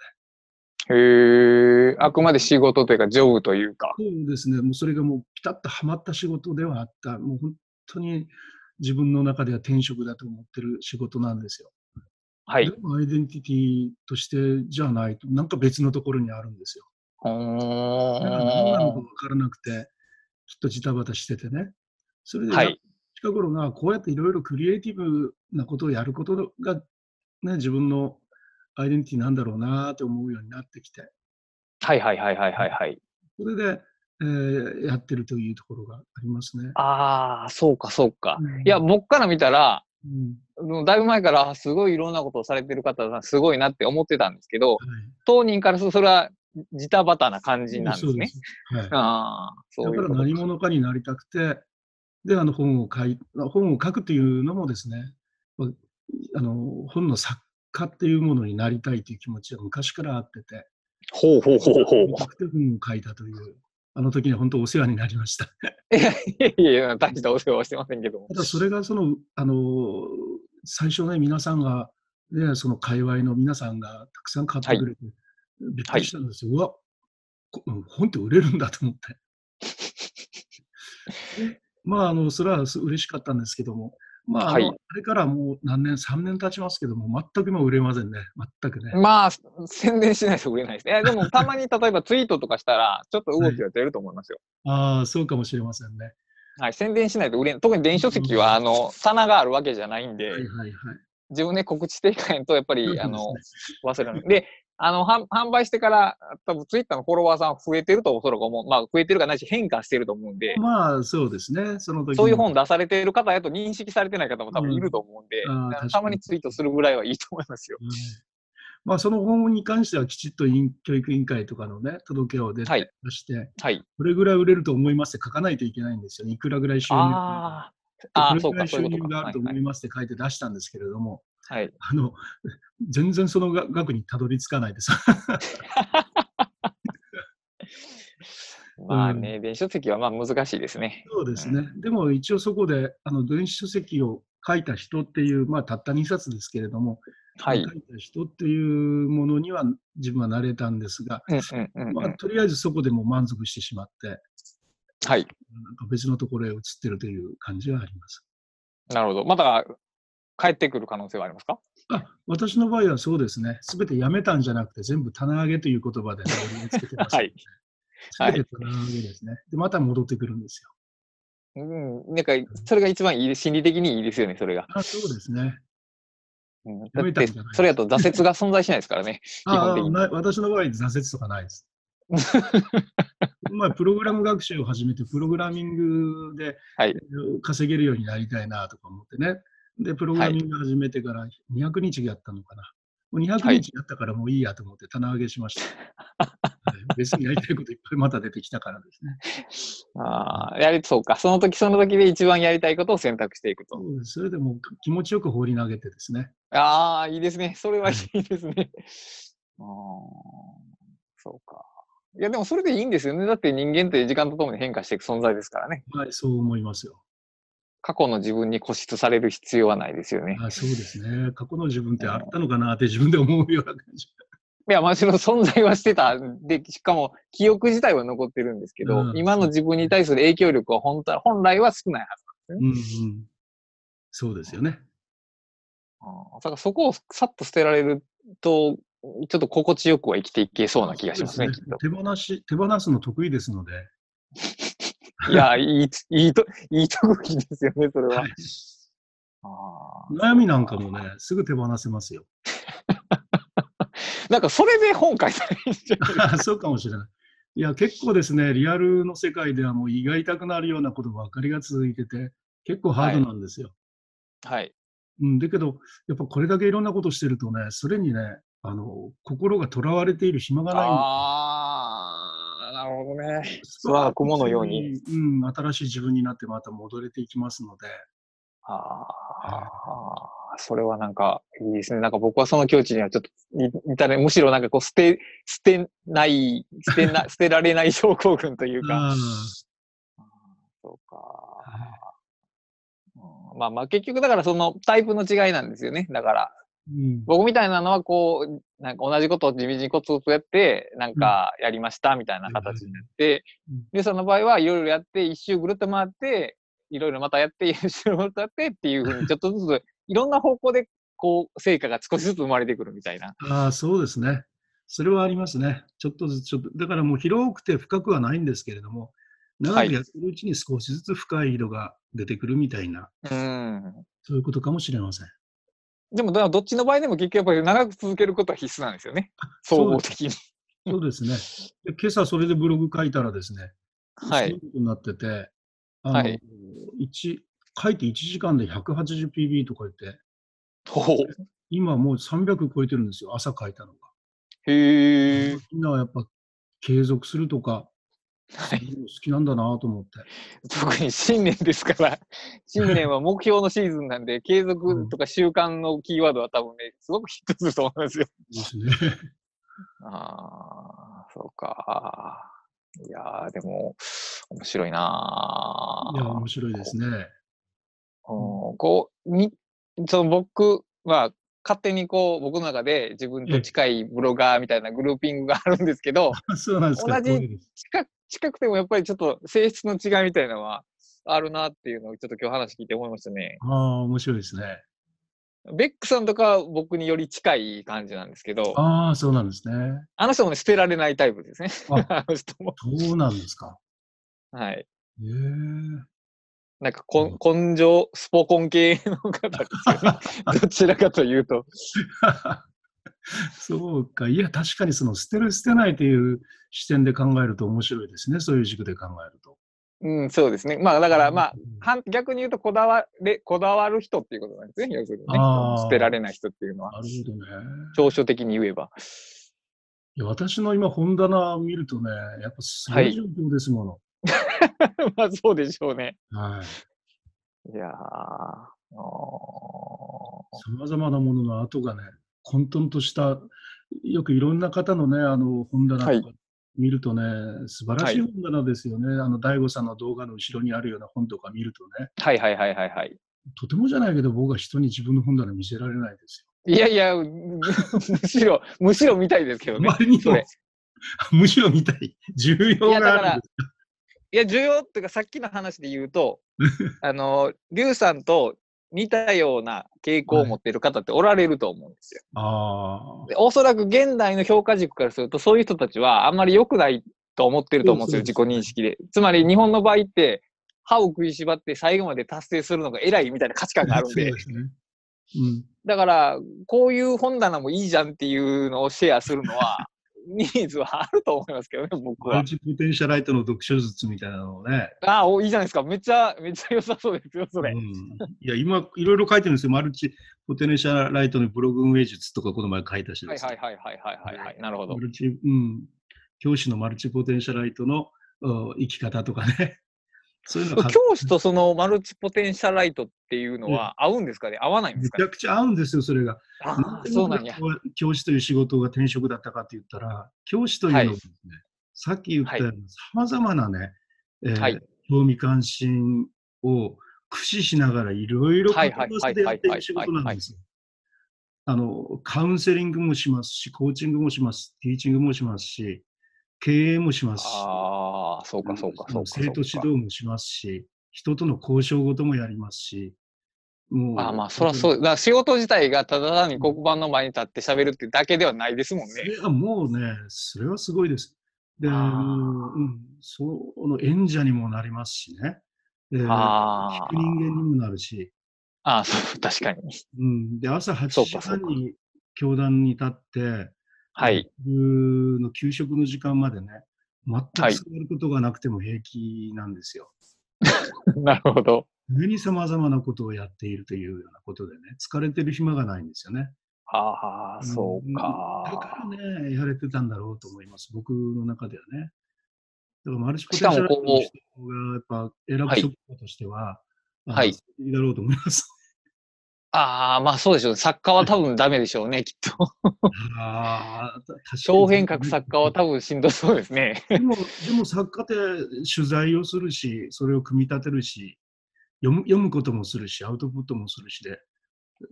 A: へえ、あくまで仕事というか、ジョブというか。
B: よね。そうですね、もうそれがもうピタッとはまった仕事ではあった、もう本当に自分の中では転職だと思ってる仕事なんですよ。
A: はい。
B: でもアイデンティティとしてじゃないと、なんか別のところにあるんですよ。
A: うー
B: だから何なのか
A: ん
B: 分からなくて、きっとジタバタしててね。それで、
A: はい。
B: 近頃がこうやっていろいろクリエイティブなことをやることが、ね、自分のアイデンティティなんだろうなって思うようになってきて、
A: はいはいはいはいはいはい。
B: それで、えーやってるというところがありますね。
A: ああ、そうかそうか。
B: うん
A: いや、僕から見たら、
B: うん
A: もうだいぶ前からあすごいいろんなことをされてる方だなすごいなって思ってたんですけど、
B: はい
A: 当人からするとそれはジタバタな感じなんで
B: そう
A: すね。
B: はい、だか
A: ああ、そういう
B: ら
A: こと
B: 何者かになりたくて、で、あの本を書い本を書くというのもですね、まああの本の作家っていうものになりたいという気持ちは昔からあってて、
A: ほうほうほうほう。
B: 100分を書いたという、あの時には本当お世話になりました。
A: いやいやいや、大したお世話はしてませんけども。
B: ただそれがその、あの、最初ね、皆さんが、ね、その界隈の皆さんがたくさん買ってくれて、びっくりしたんですよ。うわこ本って売れるんだと
A: [LAUGHS]
B: 思って。まあ、あの、それは嬉しかったんですけども、まあ、あ
A: はい
B: のあれからもう何年、3年経ちますけども、全く今売れませんね。全くね。
A: まあ、宣伝しないと売れないですね。いやでも、たまに例えばツイートとかしたら、ちょっと動きは出ると思いますよ。
B: ああ、そうかもしれませんね。
A: はい、宣伝しないと売れない。特に電子書籍は、あの、棚があるわけじゃないんで
B: はい、はいはい。
A: 自分で告知していかないと、やっぱ
B: そうで
A: り、
B: す
A: あ
B: ね
A: の、忘れられない。で、あの、販販売してから、多分ツイッターのフォロワーさん増えてるとおそらく思う。まあ、増えてるかないし、変化してると思うんで、
B: まあ、そうですね。その時
A: そういう本
B: だ。
A: 出されてる方やと認識されてない方も多分いると思うんで、
B: うんあー
A: だから
B: 確かに
A: たまにツイートするぐらいはいいと思いますよ。
B: うんまあ、その本に関してはきちっと委員教育委員会とかのね、届けを出
A: はい
B: て出して、
A: はい。
B: これぐらい売れると思いますって書かないといけないんですよね。いくらぐらい収入が
A: あーあー、
B: これ
A: そう
B: ぐら
A: か、
B: い
A: そう
B: 収
A: いうこ
B: 入
A: とか。
B: があ
A: は
B: る
A: い
B: と思いますって書いて出したんですけれども、
A: はい。
B: あの、全然そのが額にたどり着かないです。
A: まあね、電子書籍はまあ難しいですね。
B: そうですね。でも一応そこで、あの、電子書籍を書いた人っていう、まあ、たった2冊ですけれども、
A: はい
B: 書。いた人っていうものには自分はなれたんですが、
A: うんうんうん
B: ま
A: う
B: あ、
A: ん。
B: とりあえずそこでもう満足してしまって、なん
A: はい。
B: か別のところへ移ってるという感じはあります。
A: なるほど。また帰ってくる可能性はありますか
B: あ私の場合はそうですね、すべてやめたんじゃなくて、全部棚上げという言葉で、ね、折りつけてます。
A: [LAUGHS] はい。はい
B: すべて棚上げですね。で、また戻ってくるんですよ。
A: うん。なんか、それが一番いいです、心理的にいいですよね、それが。
B: あそうですね。
A: うん、だ
B: やめ
A: った
B: ん
A: て
B: じゃない、
A: それだと挫折が存在しないですから [LAUGHS] ね。
B: あ
A: 基本的に
B: な私の場合、挫折とかないです。まあ、プログラム学習を始めて、プログラミングで、
A: はい
B: えー稼げるようになりたいなとか思ってね。で、プログラミング始めてから200日やったのかな。もう200日やったからもういいやと思って棚上げしました。はい別にやりたいこといっぱいまた出てきたからですね。
A: ああ、やり、そうか。その時その時で一番やりたいことを選択していくと。
B: そうですそれでもう気持ちよく放り投げてですね。
A: ああ、いいですね。それは
B: はいい
A: いですね。 [LAUGHS] ああ、そうか。いや、でもそれでいいんですよね。だって人間って時間とともに変化していく存在ですからね。
B: はい、そう思いますよ。
A: 過去の自分に固執される必要はないですよね。
B: あそうですね。過去の自分ってあったのかなって自分で思うような感じ。
A: いや、まあ、その存在はしてた。で、しかも、記憶自体は残ってるんですけど、
B: うん
A: 今の自分に対する影響力は本当は、本来は少ないはず。
B: うんうん、そうですよね。
A: あーだからそこをさっと捨てられると、ちょっと心地よくは生きていけそうな気がしますね、き
B: そ
A: っ
B: うですね手放し、手放すの得意ですので、
A: と。いや、いいつ、いいと、いい特技ですよね、それは。
B: はい
A: あー
B: 悩みなんかもね、すぐ手放せますよ。 [LAUGHS]
A: なんか、それで本書いたらいいんじゃない
B: そうかもしれない。いや、結構ですね、リアルの世界ではもう胃が痛くなるようなことばっかりが続いてて、結構ハードなんですよ。
A: はい。
B: うん、だけど、やっぱこれだけいろんなことしてるとね、それにね、あの心がとらわれている暇がな
A: ああ、なるほどね
B: い。。ス
A: それは雲のように。
B: うん、新しい自分になってまた戻れていきますので、
A: ああ、それはなんかいいですね。なんか僕はその境地にはちょっとい至れ、むしろなんかこう捨て、捨てない、捨てな、捨てられない症候群というか。
B: あー
A: そうか。うんまあまあ結局だからそのタイプの違いなんですよね。だから
B: うん、
A: 僕みたいなのはこう、なんか同じことを地道にコツコツやって、なんかやりましたみたいな形になって
B: うん、
A: で、その場合はいろいろやって、一周ぐるっと回って、いろいろまたやって、一周ぐるっとやってっていうふうに、ちょっとずついろんな方向でこう、成果が少しずつ生まれてくるみたいな。
B: あーそうですね。それはありますね。ちょっとずつ、ちょっと、だからもう広くて深くはないんですけれども、長くやってるうちに少しずつ深い色が出てくるみたいな、
A: うん。
B: そういうことかもしれません。
A: でも、だからどっちの場合でも結局やっぱり長く続けることは必須なんですよね。総合的に。
B: そうですね。で今朝それでブログ書いたらですね、
A: はい
B: そういうことになってて、あの、
A: はい
B: 一書いて1時間で 180pb とか言って、
A: ほう。
B: 今もう300超えてるんですよ、朝書いたのが。
A: へえ。
B: みんなはやっぱ継続するとか、
A: は
B: そう
A: い。
B: いうの好きなんだなと思って。
A: 特に新年です [LAUGHS] から、新年は目標のシーズンなんで、継続とか習慣のキーワードは多分ね、すごくヒットすると思うんですよ。
B: ですね。
A: ああ、そうか。いやーでも、面白いない
B: や、面白いですね。 [LAUGHS]
A: うんこう、に、その僕は、勝手にこう、僕の中で自分と近いブロガーみたいなグルーピングがあるんですけど、
B: そうなんですか。
A: 同じ
B: こういうのです
A: 近く近くてもやっぱりちょっと性質の違いみたいなのはあるなっていうのをちょっと今日話聞いて思いましたね。
B: ああ、面白いですね。
A: ベックさんとかは僕により近い感じなんですけど、
B: ああ、そうなんですね。
A: あの人もね、捨てられないタイプですね。 [LAUGHS] あの人も。
B: そうなんですか。
A: はい。
B: え [LAUGHS] え
A: なんかこん、根性、スポコン系の方です
B: [LAUGHS]
A: よね。どちらかというと。
B: そうか。いや、確かにその捨てる捨てないという視点で考えると面白いですね。そういう軸で考えると。
A: うん、そうですね。まあ、だから、まあ
B: うん、
A: 反逆に言うと、こだわれ、こだわる人っていうことなんですね。要するにね。
B: あー
A: 捨てられない人っていうのは、
B: なるほどね。
A: 長所的に言えば。 [LAUGHS]
B: いや私の今本棚を見るとね、やっぱすご
A: はい
B: い状況ですもの。
A: まあ、そうでしょうね。
B: はい。
A: いやー。あー
B: さまざまなものの跡がね、混沌とした、よくいろんな方のね、あの本
A: は
B: 棚
A: い
B: とか見るとね、素晴らしい
A: は
B: 本棚ですよね。あの、大悟さんの動画の後ろにあるような本とか見るとね、
A: はいはいはいはいはい。
B: とてもじゃないけど僕は人に自分の本棚見せられないです
A: いやいや、む [LAUGHS] むしろ、むしろ見たいですけ [LAUGHS]
B: よ。
A: どね。
B: 周りに
A: そ
B: も
A: れ、
B: [LAUGHS] むしろ見たい。重要があるんです。
A: いや、重要っていうか、さっきの話で言う [LAUGHS] と、あの、リュウさんと似たような傾向を持ってる方っておられると思うんですよ。
B: あ
A: でおそらく現代の評価軸からすると、そういう人たちはあんまり良くないと思ってると思うんですよ、
B: そう
A: 自己
B: そう
A: 認識で。つまり、日本の場合って、歯を食いしばって最後まで達成するのが偉いみたいな価値観があ [LAUGHS]
B: あ。
A: るん
B: [LAUGHS] そう
A: で
B: で、すね。うん。
A: だから、こういう本棚もいいじゃんっていうのをシェアするのは、 [LAUGHS] ニーズはあると思いますけどね、僕
B: マ
A: は
B: ル。チポテンシャライトの読書術みたいなのをね、
A: ああ、おいいじゃないですか。めっちゃ、めっちゃ良さそうですよ、それ
B: う。ん、いや、今、いろいろ書いてるんですよ。マルチポテンシャライトのブログ運営術とか、この前書いたし
A: は
B: で
A: い
B: す
A: は
B: ね、
A: いはいはいはいはい、は、
B: はい
A: なるほど
B: マ。ルチ、うん。教師のマルチポテンシャライトのうん生き方とかね。 [LAUGHS] そういうのが
A: 教師とそのマルチポテンシャライトっていうのは合うんですかね合わないんで
B: め
A: す
B: ち
A: かね
B: ゃくちゃ合うんですよ、それが。
A: ああ、そうなんや。
B: 僕が教師という仕事が転職だったかって言ったら、教師というのはですね、さっき言ったように、さまざまなね、えー
A: はい
B: 興味関心を駆使しながらいろいろ
A: はい
B: 活
A: はい
B: 動してやっている仕事なんですよ。あの、カウンセリングもしますし、コーチングもします、ティーチングもしますし、経営もしますし、
A: ああ、そうかそうかそうか
B: 生徒
A: そう
B: 指
A: か。
B: 導もしますし、人との交渉事もやりますし、も
A: ああまあ、そらそう。だから仕事自体がただ単に黒板の前に立って喋るってだけではないですもん
B: そ
A: ね。
B: れはもうね、それはすごいです。で、
A: あー
B: もううん、その演者にもなりますしね。で聞
A: あ
B: く人間にもなるし、
A: ああ、そう、確かに。
B: うん、で、朝8
A: そう
B: 時
A: かそう
B: 半
A: か
B: に教壇に立って、
A: はい。 [LAUGHS]
B: 夜の給食の時間までね、全く
A: は
B: 触
A: い
B: ることがなくても平気なんですよ。
A: なるほど。
B: 上に様々なことをやっているというようなことでね、疲れてる暇がないんですよね。
A: ああ、そうん
B: だ
A: か。
B: からね、やれてたんだろうと思います、僕の中ではね。だからマルチポテン
A: し
B: シャ
A: かも
B: ルの
A: こう
B: 人がやっぱ選ぶ
A: はい
B: 職業としては、あの
A: はい
B: 素敵だろうと思い
A: [LAUGHS]
B: ます。
A: ああ、まあそうでしょう。作家は多分ダメでしょうね、きっと。
B: ああ、確かに
A: 小変革作家は多分しんどそうですね。
B: でも、でも作家って取材をするし、それを組み立てるし、読む読むこともするし、アウトプットもするしで、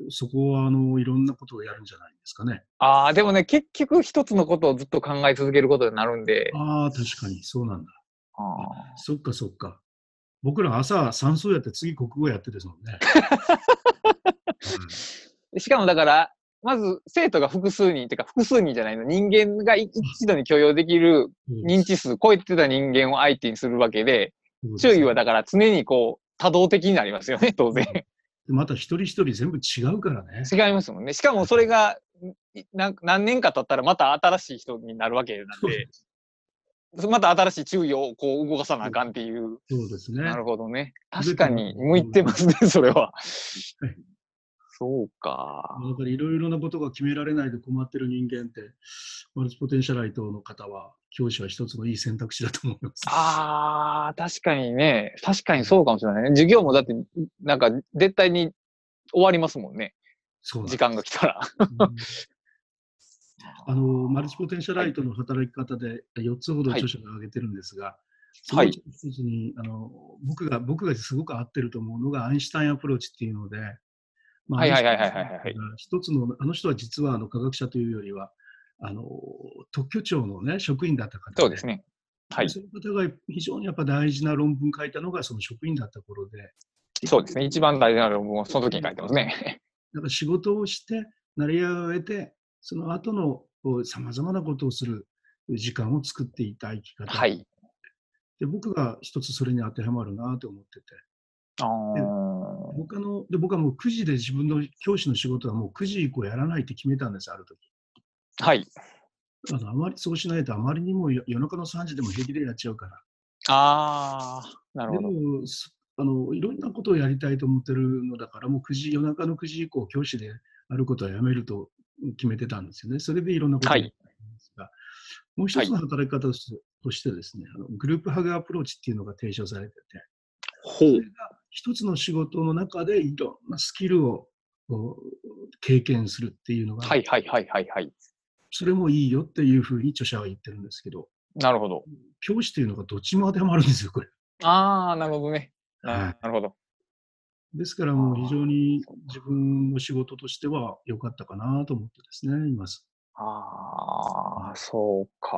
B: そこはあのいろんなことをやるんじゃないですかね。
A: ああ、でもね、結局一つのことをずっと考え続けることになるんで。
B: ああ、確かにそうなんだ。
A: あ
B: そっかそっか。僕ら朝算数やって次国語やってですもんね。
A: ーしかもだから、まず生徒が複数人、てか複数人じゃないの、人間が一度に許容できる
B: うん
A: 認知数超えてた人間を相手にするわけで、注意は。だから常にこう、多動的になりますよね、当然。
B: また一人一人全部違うからね。
A: 違いますもんね。しかもそれが、いなん何年か経ったらまた新しい人になるわけなん
B: そう
A: で、また新しい注意をこう動かさなあかんっていう。
B: そうですね
A: な。るほどね。確
B: 全て
A: か
B: の
A: に、向いてますね、それは
B: はい。
A: そうか。
B: だからいろいろなことが決められないで困ってる人間って、マルチポテンシャライトの方は、教師は一つのいい選択肢だと思います。
A: ああ、確かにね。確かにそうかもしれないね。授業もだって、なんか絶対に終わりますもんね。
B: そうなん
A: 時間が来たら。
B: うんあのマルチポテンシャライトの働き方で4つほど著者が挙げてるんですが、
A: は
B: そ
A: い。
B: の一つにあの僕が僕がすごく合ってると思うのがアインシュタインアプローチっていうので、まあ
A: はいはいはいはいはいはい
B: アインシュタインが一つのあの人は実はあの科学者というよりはあの特許庁の、ね、職員だった方
A: [LAUGHS] そうですね。はい。
B: その方が非常にやっぱ大事な論文書いたのがその職員だった頃で、
A: そうですね。一番大事な論文をその時に書いてますね。
B: なんか仕事をして、成り上げて、その後のさまざまなことをする時間を作っていた生き方、
A: はい。
B: で僕が一つそれに当てはまるなと思ってて、
A: あー
B: 他ので僕はもう9時で自分の教師の仕事はもう9時以降やらないって決めたんです、ある時
A: はい。
B: あのあまりそうしないと、あまりにも夜夜中の3時でも平気でやっちゃうから。
A: ああ、なる
B: で
A: ほど。
B: もすあのいろんなことをやりたいと思ってるのだから、もう9時、夜中の9時以降、教師であることはやめると決めてたんですよね。それでいろんなことを
A: は
B: や
A: い
B: ってたんですが、もう一つの働き方として,、ですねあの、グループハグアプローチっていうのが提唱されてて、
A: ほ
B: それが一つの仕事の中でいろんなスキルをこう経験するっていうのが、
A: はいはいはいはいはい。
B: それもいいよっていうふうに著者は言ってるんですけど、
A: なるほど。
B: 教師というのがどっちも当てはまるんですよ、これ。
A: ああ、なるほどね。
B: は
A: ないなるほど。
B: ですからもう非常に自分の仕事としては良かったかなと思ってですね、います。
A: ああ、そうか。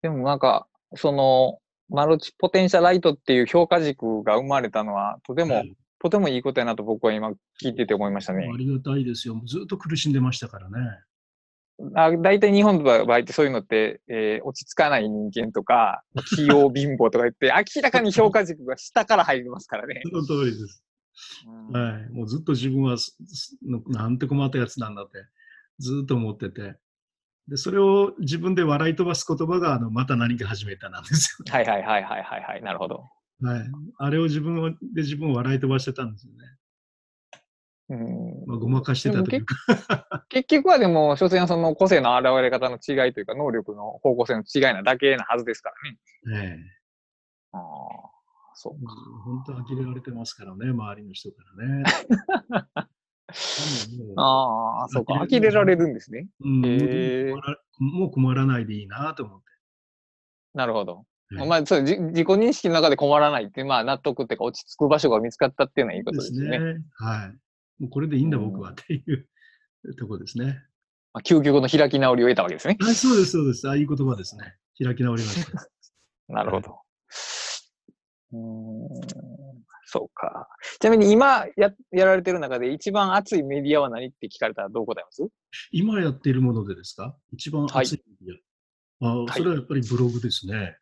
A: でもなんか、その、マルチポテンシャライトっていう評価軸が生まれたのは、とても、
B: はい
A: とてもいいことやなと僕は今聞いてて思いましたね
B: あ。りがたいですよ。ずっと苦しんでましたからね。
A: あ大体日本の場合ってそういうのって、えー落ち着かない人間と
B: [LAUGHS]
A: か、器用貧乏とか言って、明らかに評価軸が下から入りますから
B: [LAUGHS]
A: ね。
B: その通りです。
A: うん
B: はい。もうずっと自分はすすなんて困ったやつなんだって、ずっと思ってて。で、それを自分で笑い飛ばす言葉が、あの、また何か始めたなんですよ
A: はいはいはいはいはいはい、なるほど。
B: ね。はい。あれを自分をで自分を笑い飛ばしてたんですよね。
A: うん
B: まあ、ごまかしてたというか。
A: 結局はでも、所詮はその個性の現れ方の違いというか、能力の方向性の違いなだけなはずですからね。
B: ええ。
A: ああ、そうか。
B: 本当呆れられてますからね、周りの人から
A: [LAUGHS]
B: ね。もう
A: ああ、そうか。
B: 呆
A: 呆れ
B: れる
A: られるんですね。
B: うんもう
A: へえ
B: 困らもう困らないでいいなと思って。
A: なるほど。
B: はい
A: まあ、そう、じ自己認識の中で困らないって、まあ、納得っていうか、落ち着く場所が見つかったっていうのはいいことですよね。
B: はい。もうこれでいいんだ、
A: うん
B: 僕はっていうとこですね。
A: まあ、究極の開き直りを得たわけですね。
B: はい、そうです、そうです。ああいう言葉ですね。開き直りま
A: [LAUGHS]
B: した。
A: なるほど。うーん、そうか。ちなみに今ややられてる中で一番熱いメディアは何って聞かれたらどう答えます
B: 今やっているものでですか一番熱いメディア
A: は
B: あ、
A: い
B: それはやっぱりブログですね。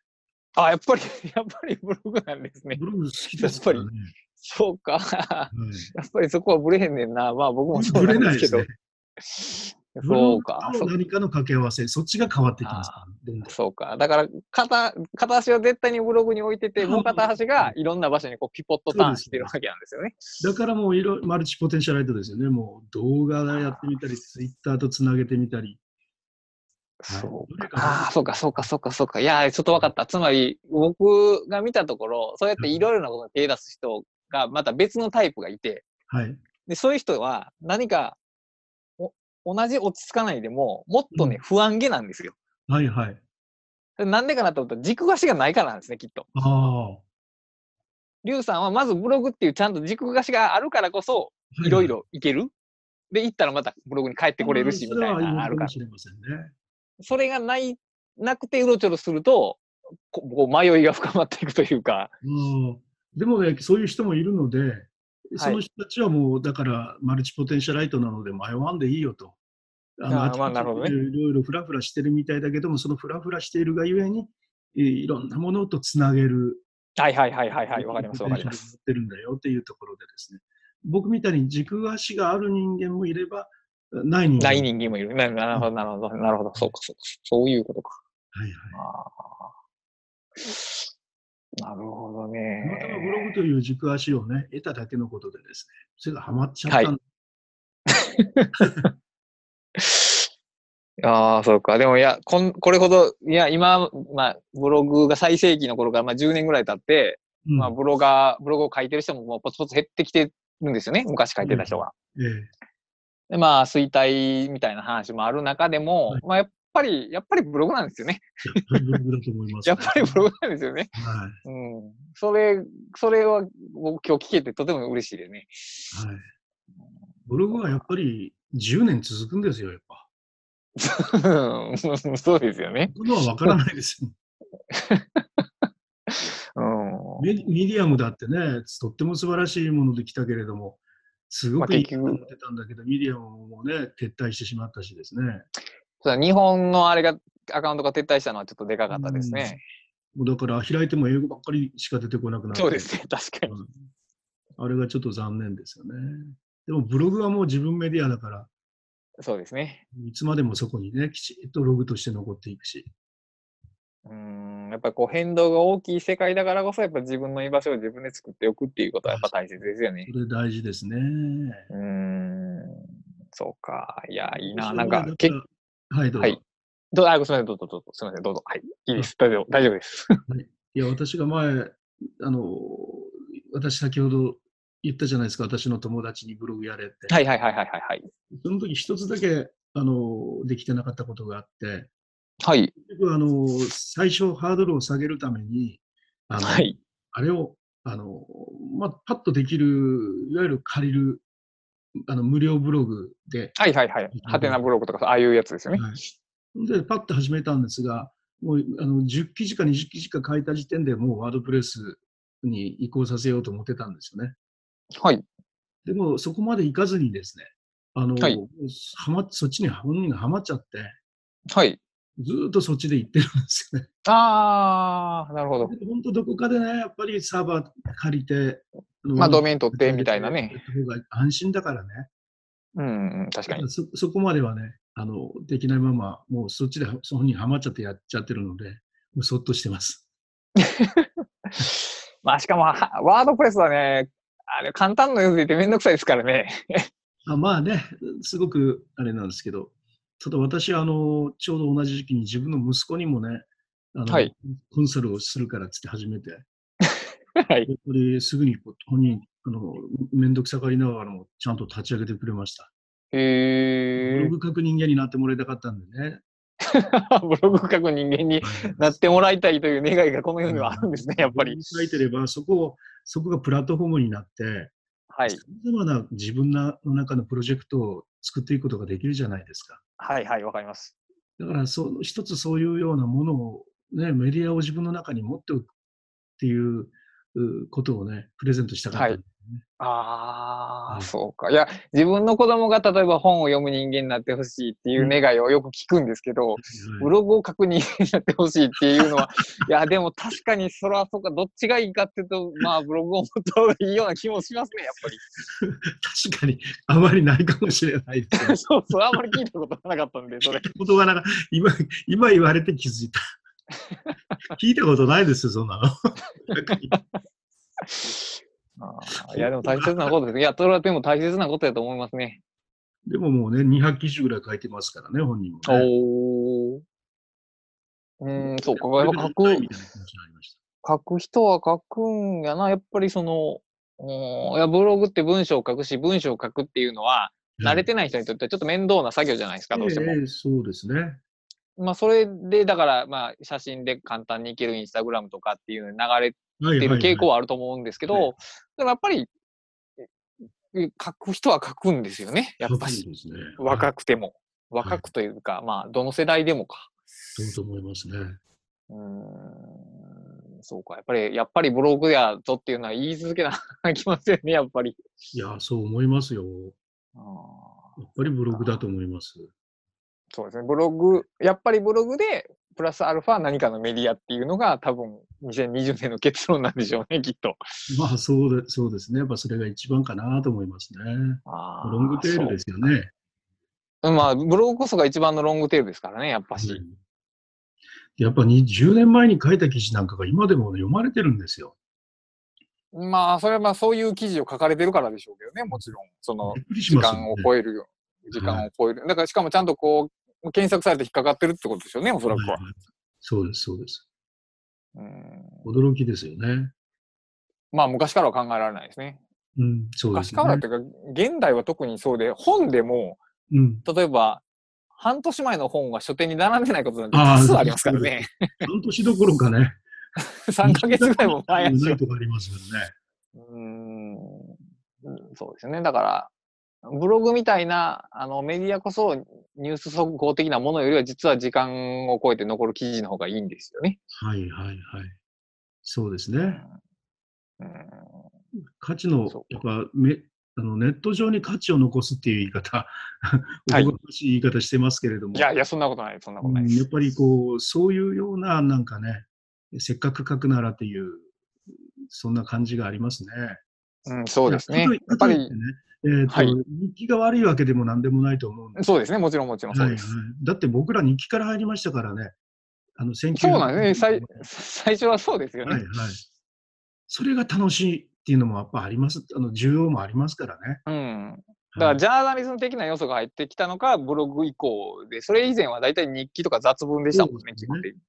A: あ、やっぱり、 [LAUGHS] やっぱりブログなんですね。
B: ブログ好きですからね。
A: そうか。 [LAUGHS]
B: はい
A: やっぱりそこはブレへんねんな。まあ僕もそう
B: ぶ
A: な
B: れ
A: ん
B: な
A: で
B: い
A: す
B: で
A: け
B: す
A: ど
B: ね。。ブ
A: そ
B: ロ
A: う
B: グ
A: か。
B: と
A: そ
B: 何かの掛け合わせ、そっちが変わってきますからどんどん
A: そうか。だから片、片足は絶対にブログに置いてて、もう片足がいろんな場所にこうピポットターンしてるわけなんですよね。
B: だからもういろマルチポテンシャライトですよね。もう動画でやってみたり、ツイッターとつなげてみたり。そうです
A: そ
B: どれ
A: う
B: か
A: か。
B: な
A: ああー、そうか、そうか、そうか、そうか。いやー、ちょっと分かった。つまり、僕が見たところ、そうやっていろいろなことに手出す人が、また別のタイプがいて、
B: はい。
A: で、そういう人は、何か、お同じ落ち着かないでも、もっとね、
B: うん
A: 不安げなんですよ。
B: はいはい。
A: それなんでかなと思ったら、軸足がないからなんですね、きっと。
B: ああ。は
A: リュウさんは、まずブログっていうちゃんと軸足があるからこそ、いろいろいける。で、行ったらまたブログに帰ってこれるし、みたいな、ある
B: る
A: か
B: からも。しれませんね。
A: それがない、なくてうろちょろすると、ここう迷いが深まっていくというか、
B: うん。でもね、そういう人もいるので、その人たちはもう、だから、マルチポテンシャライトなので迷わんでいいよと。
A: あー
B: ち
A: まあ
B: こち
A: なるほどね
B: いろいろフラフラしてるみたいだけども、そのフラフラしているがゆえに、えーいろんなものとつなげる
A: はいはいはいはいはい、わかりますわかりま
B: 持
A: す。
B: ってるんだよっていうところでですね、僕みたいに軸足がある人間もいれば、ない人間も。
A: ない人間もいる。ななるほど、なるほど、なるほど、そうか、そうか、そういうことか。
B: はいはい。
A: あーなるほど
B: たまたまブ
A: ね。
B: ログという軸足をね、得ただけのことでですね、それがハマっちゃったん
A: はいああ、そうか。でも、いや、こん、これほど、いや、今、まあ、ブログが最盛期の頃から、まあ、10年ぐらい経って、
B: うん
A: まあ、ブロガー、ブログを書いてる人も、もう、ポツポツ減ってきてるんですよね。昔書いてた人が。
B: ええ
A: で、まあ、衰退みたいな話もある中でも、
B: はい
A: まあ、やっぱり、やっぱりブログなんですよね。
B: ブログだと思います。
A: やっぱりブログなんですよね。
B: はい。
A: うん。それ、それは僕今日聞けてとても嬉しいですね。 [LAUGHS]
B: はい。ブログはやっぱり10年続くんですよ、やっぱ。
A: そうですよね。
B: 僕のは分からないですよ。
A: うん。
B: メディミディアムだってね、とっても素晴らしいものできたけれども、すご
A: まあ
B: くいい
A: 結
B: と
A: 局
B: 思ってたんだけど、ミディアムもね、撤退してしまったしですね。
A: そう日本のあれが、アカウントが撤退したのはちょっとでかかったですね。
B: もうだから開いても英語ばっかりしか出てこなくなって。
A: そうですね、確かに。
B: うんあれがちょっと残念ですよね。でもブログはもう自分メディアだから、
A: そうですね。
B: いつまでもそこにね、きちっとログとして残っていくし。
A: うん。やっぱりこう変動が大きい世界だからこそ、やっぱ自分の居場所を自分で作っておくっていうことはやっぱ大切ですよね。
B: それ大事ですね。
A: うん。そうか。いや、いいな。なんか、け
B: だらはい、どう
A: は
B: ぞ。
A: いどうあ、すみません、どうぞ、どうぞ、すみません、どうぞ。はい。いいです。大丈夫、大丈夫です。
B: いや、私が前、あの、私先ほど言ったじゃないですか、私の友達にブログやれって。
A: はいはいはいはいはいはい。
B: その時一つだけ、あの、できてなかったことがあって、
A: はい。
B: 結局、あの、最初ハードルを下げるために、あの、
A: はい。
B: あれを、あの、まあ、パッとできる、いわゆる借りる、あの、無料ブログで、
A: はいはいはい。ハテナブログとか、ああいうやつですよね。
B: はい、で、パッと始めたんですが、もうあの10記事か20記事か書いた時点でもうワードプレスに移行させようと思ってたんですよね。
A: はい。
B: でもそこまでいかずにですね、あの
A: はい
B: もうはまそっちに本人がハマっちゃって、
A: はい。
B: ずーっとそっちで行ってるんですよね。 [LAUGHS]
A: あー、なるほど。
B: で本当どこかでね、やっぱりサーバー借りて、の
A: まあ、ドメイン取ってみたいな。
B: や
A: ね。
B: った方が安心だからね。
A: うん、うん確かに。
B: そそこまではね、あのできないまま、もうそっちでその本人ハマっちゃってやっちゃってるので、もうそっとしてます。
A: まあ、しかも、はワードプレスはね、あれ、簡単なやつでいてめんどくさいですからね。
B: あまあね、すごくあれなんですけど、ただ私、あの、ちょうど同じ時期に自分の息子にもね、あの
A: はい
B: コンサルをするからっつって始めて、
A: はい。
B: やっぱりすぐにこう本人、あの、めんどくさがりながらもちゃんと立ち上げてくれました。ブ
A: へ
B: ログ書く人間になってもらいたかったんで
A: [LAUGHS]
B: ね。
A: ー。ブログ書 [LAUGHS] く人間になってもらいたいという願いがこの世にはあるんですね、やっぱ
B: ブロ
A: り
B: グ。書いてれば、そこを、そこがプラットフォームになって、
A: はい。
B: さまざまな自分の中のプロジェクトを作っていくことができるじゃないですか。
A: はいはい、わかります。
B: だからその一つそういうようなものを、ね、メディアを自分の中に持っておくっていううことをね、プレゼントしたかった。
A: はいああ、
B: うん
A: そうか。いや、自分の子供が例えば本を読む人間になってほしいっていう願いをよく聞くんですけど、ブログを書く人間になってほしいっていう [LAUGHS] のは、いや、でも確かにそれはそうか、どっちがいいかっていうと、まあ、ブログを持った方がいいような気もしますね、やっぱり。
B: 確かにあまりないかもしれないです
A: [LAUGHS]
B: ね。
A: そうそう、あんまり聞いたことなかったんで、 [LAUGHS] それ。
B: ことがなんか今今言われて気
A: [LAUGHS]
B: づいた。聞いたことないですよ、そんなの。
A: あーいや、でも大切なことです。いや、それはでも大切なことだと思いますね。
B: でももうね、200記事ぐらい書いてますからね、本人も、ね。
A: おー。うーん、そうか。
B: こ
A: や
B: れ
A: っ
B: で
A: ぱ書
B: ない
A: く
B: みたいな気持ちになりました
A: 書く人は書くんやな。やっぱりその、うんいやブログって文章を書くし、文章を書くっていうのは、慣れてない人にとってはちょっと面倒な作業じゃないですか、どうしても
B: え。えそうですね。
A: まあ、それで、だから、まあ、写真で簡単にいけるインスタグラムとかっていうのに流
B: はい
A: れてる傾向
B: は
A: はあると思うんですけど、
B: はい
A: でもやっぱり、え書く人は書くんですよね、やっぱ
B: そ
A: し。
B: うですね。
A: 若
B: はい
A: くても。
B: い
A: 若くというか、まあ、どの世代でもか。
B: そうと思いますね。
A: うーん、そうか。やっぱり、やっぱりブログやぞっていうのは言い続けな [LAUGHS] きませんね、やっぱり。
B: いや、そう思いますよ。
A: あー
B: やっぱりブログだと思います。
A: そうですね。ブログ、やっぱりブログで、プラスアルファ何かのメディアっていうのが多分2020年の結論なんでしょうね、きっと。
B: まあそうで、そうですね。やっぱそれが一番かなと思いますね。
A: あ
B: ロングテールですよね。
A: そうまあ、ブログこそが一番のロングテールですからね、やっぱし。
B: うんやっぱり10年前に書いた記事なんかが今でも読まれてるんですよ。
A: まあ、それはまあ、そういう記事を書かれてるからでしょうけどね、もちろん。その、
B: びっくりし
A: 時
B: ますよね
A: 間を超えるよ。時間を超える。だから、しかもちゃんとこう、検索されて引っかかってるってことですよね、おそらく
B: は。
A: はい
B: はいそうです、そうです。
A: うん
B: 驚きですよね。
A: まあ、昔からは考えられないですね。
B: うん、そうです
A: 昔からというか、現代は特にそうで、本でも、
B: うん、
A: 例えば、半年前の本は書店に並んでないことなんて多数ありますからね。
B: 半年どころかね。
A: 3か月ぐらいも
B: 前やし。とかありますよ
A: ね。 [LAUGHS] うん、そうですね。だから、ブログみたいなあのメディアこそニュース速報的なものよりは実は時間を超えて残る記事の方がいいんですよね。
B: はいはいはい。そうですね。うん、価値の、やっぱめあのネット上に価値を残すっていう言い方、おこがましい言い方してますけれども。、
A: いやいや、そんなことない、そんなことない、うん
B: やっぱりこう、そういうような、なんかね、せっかく書くならっていう、そんな感じがありますね。
A: うん、そうですね。やっぱり。
B: えーと、はい、日記が悪いわけでも何でもないと思うん、
A: そうですね、もちろんもちろんそうです、はいはい
B: だって僕ら日記から入りましたからね、あの
A: 1900そうなんですね最、最初はそうですよね。
B: はいはい、それが楽しいっていうのもやっぱあります、あの需要もありますからね。
A: うん、だからジャーナリズム的な要素が入ってきたのか、ブログ以降で、それ以前は大体日記とか雑文でしたもんね、基本的に。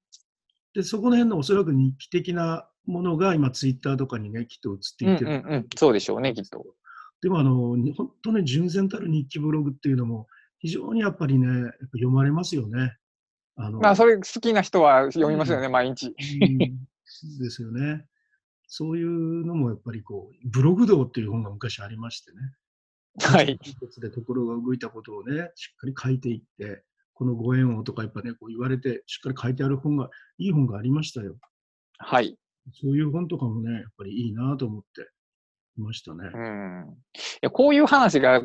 B: で、そこの辺のおそらく日記的なものが今、ツイッターとかにね、きっと移っていってる、
A: うんうんうん、そうでしょうね、きっと。
B: でもあの、本当に純然たる日記ブログっていうのも、非常にやっぱりね、読まれますよね。
A: あのまあ、それ好きな人は読みますよね、うん、毎日うん。
B: ですよね。そういうのもやっぱりこう、ブログ道っていう本が昔ありましてね。
A: はい。
B: 一つでところが動いたことをね、しっかり書いていって、このご縁をとかやっぱね、こう言われて、しっかり書いてある本が、いい本がありましたよ。
A: はい。
B: そういう本とかもね、やっぱりいいなと思って。いましたね。
A: うん、いやこういう話が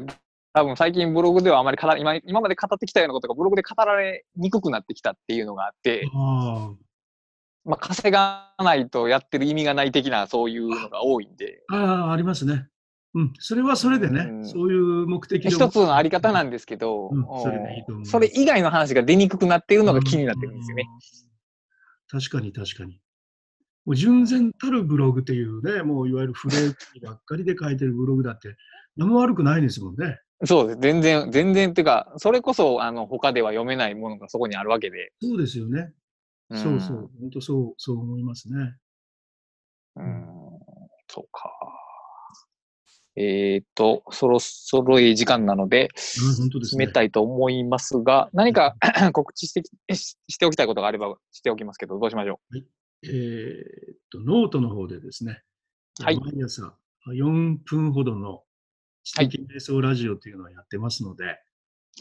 A: 多分最近ブログではあまり今今まで語ってきたようなことがブログで語られにくくなってきたっていうのがあって
B: あ、
A: まあ、稼がないとやってる意味がない的なそういうのが多いんで。
B: ああありますね。うん、それはそれでね、うん、そういう目的
A: 一つのあり方なんですけど、うん
B: それね、いい
A: それ以外の話が出にくくなっているのが気になってるんですよね。
B: 確かに確かに。もう純然たるブログっていうね、もういわゆるフレーズばっかりで書いてるブログだって、何も悪くないですもんね。
A: そうです。全然、全然っていうか、それこそ、あの、他では読めないものがそこにあるわけで。
B: そうですよね。うん、そうそう。本当そう、そう思いますね。
A: うん、そうか。えっ、ー、と、そろそろいい時間なので、
B: うん、
A: 締めたいと思いますが、何か [COUGHS] 告知してしておきたいことがあればしておきますけど、どうしましょう。はい
B: えー、っと、ノートの方でですね、
A: はい、
B: 毎朝4分ほどの知的瞑想ラジオというのをやってますので、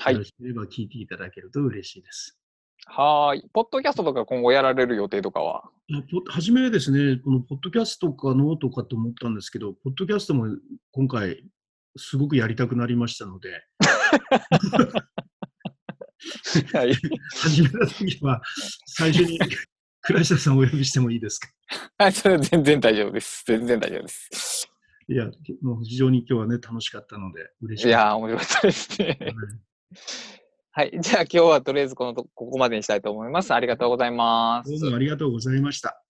A: はい、
B: よろしければ聞いていただけると嬉しいです。
A: はい。ポッドキャストとか今後やられる予定とかは [LAUGHS]
B: 初めですね、このポッドキャストかノートかと思ったんですけど、ポッドキャストも今回すごくやりたくなりましたので、
A: はい、
B: 始めた時は最初 [LAUGHS] に倉下さんお呼びしてもいいですか
A: はい、それは全然大丈夫です。全然大丈夫です。
B: いや、もう非常に今日はね、楽しかったので、嬉しい。
A: いや、面白かったですね。はい、じゃあ今日はとりあえずこのとここまでにしたいと思います。ありがとうございます。
B: どうもありがとうございました。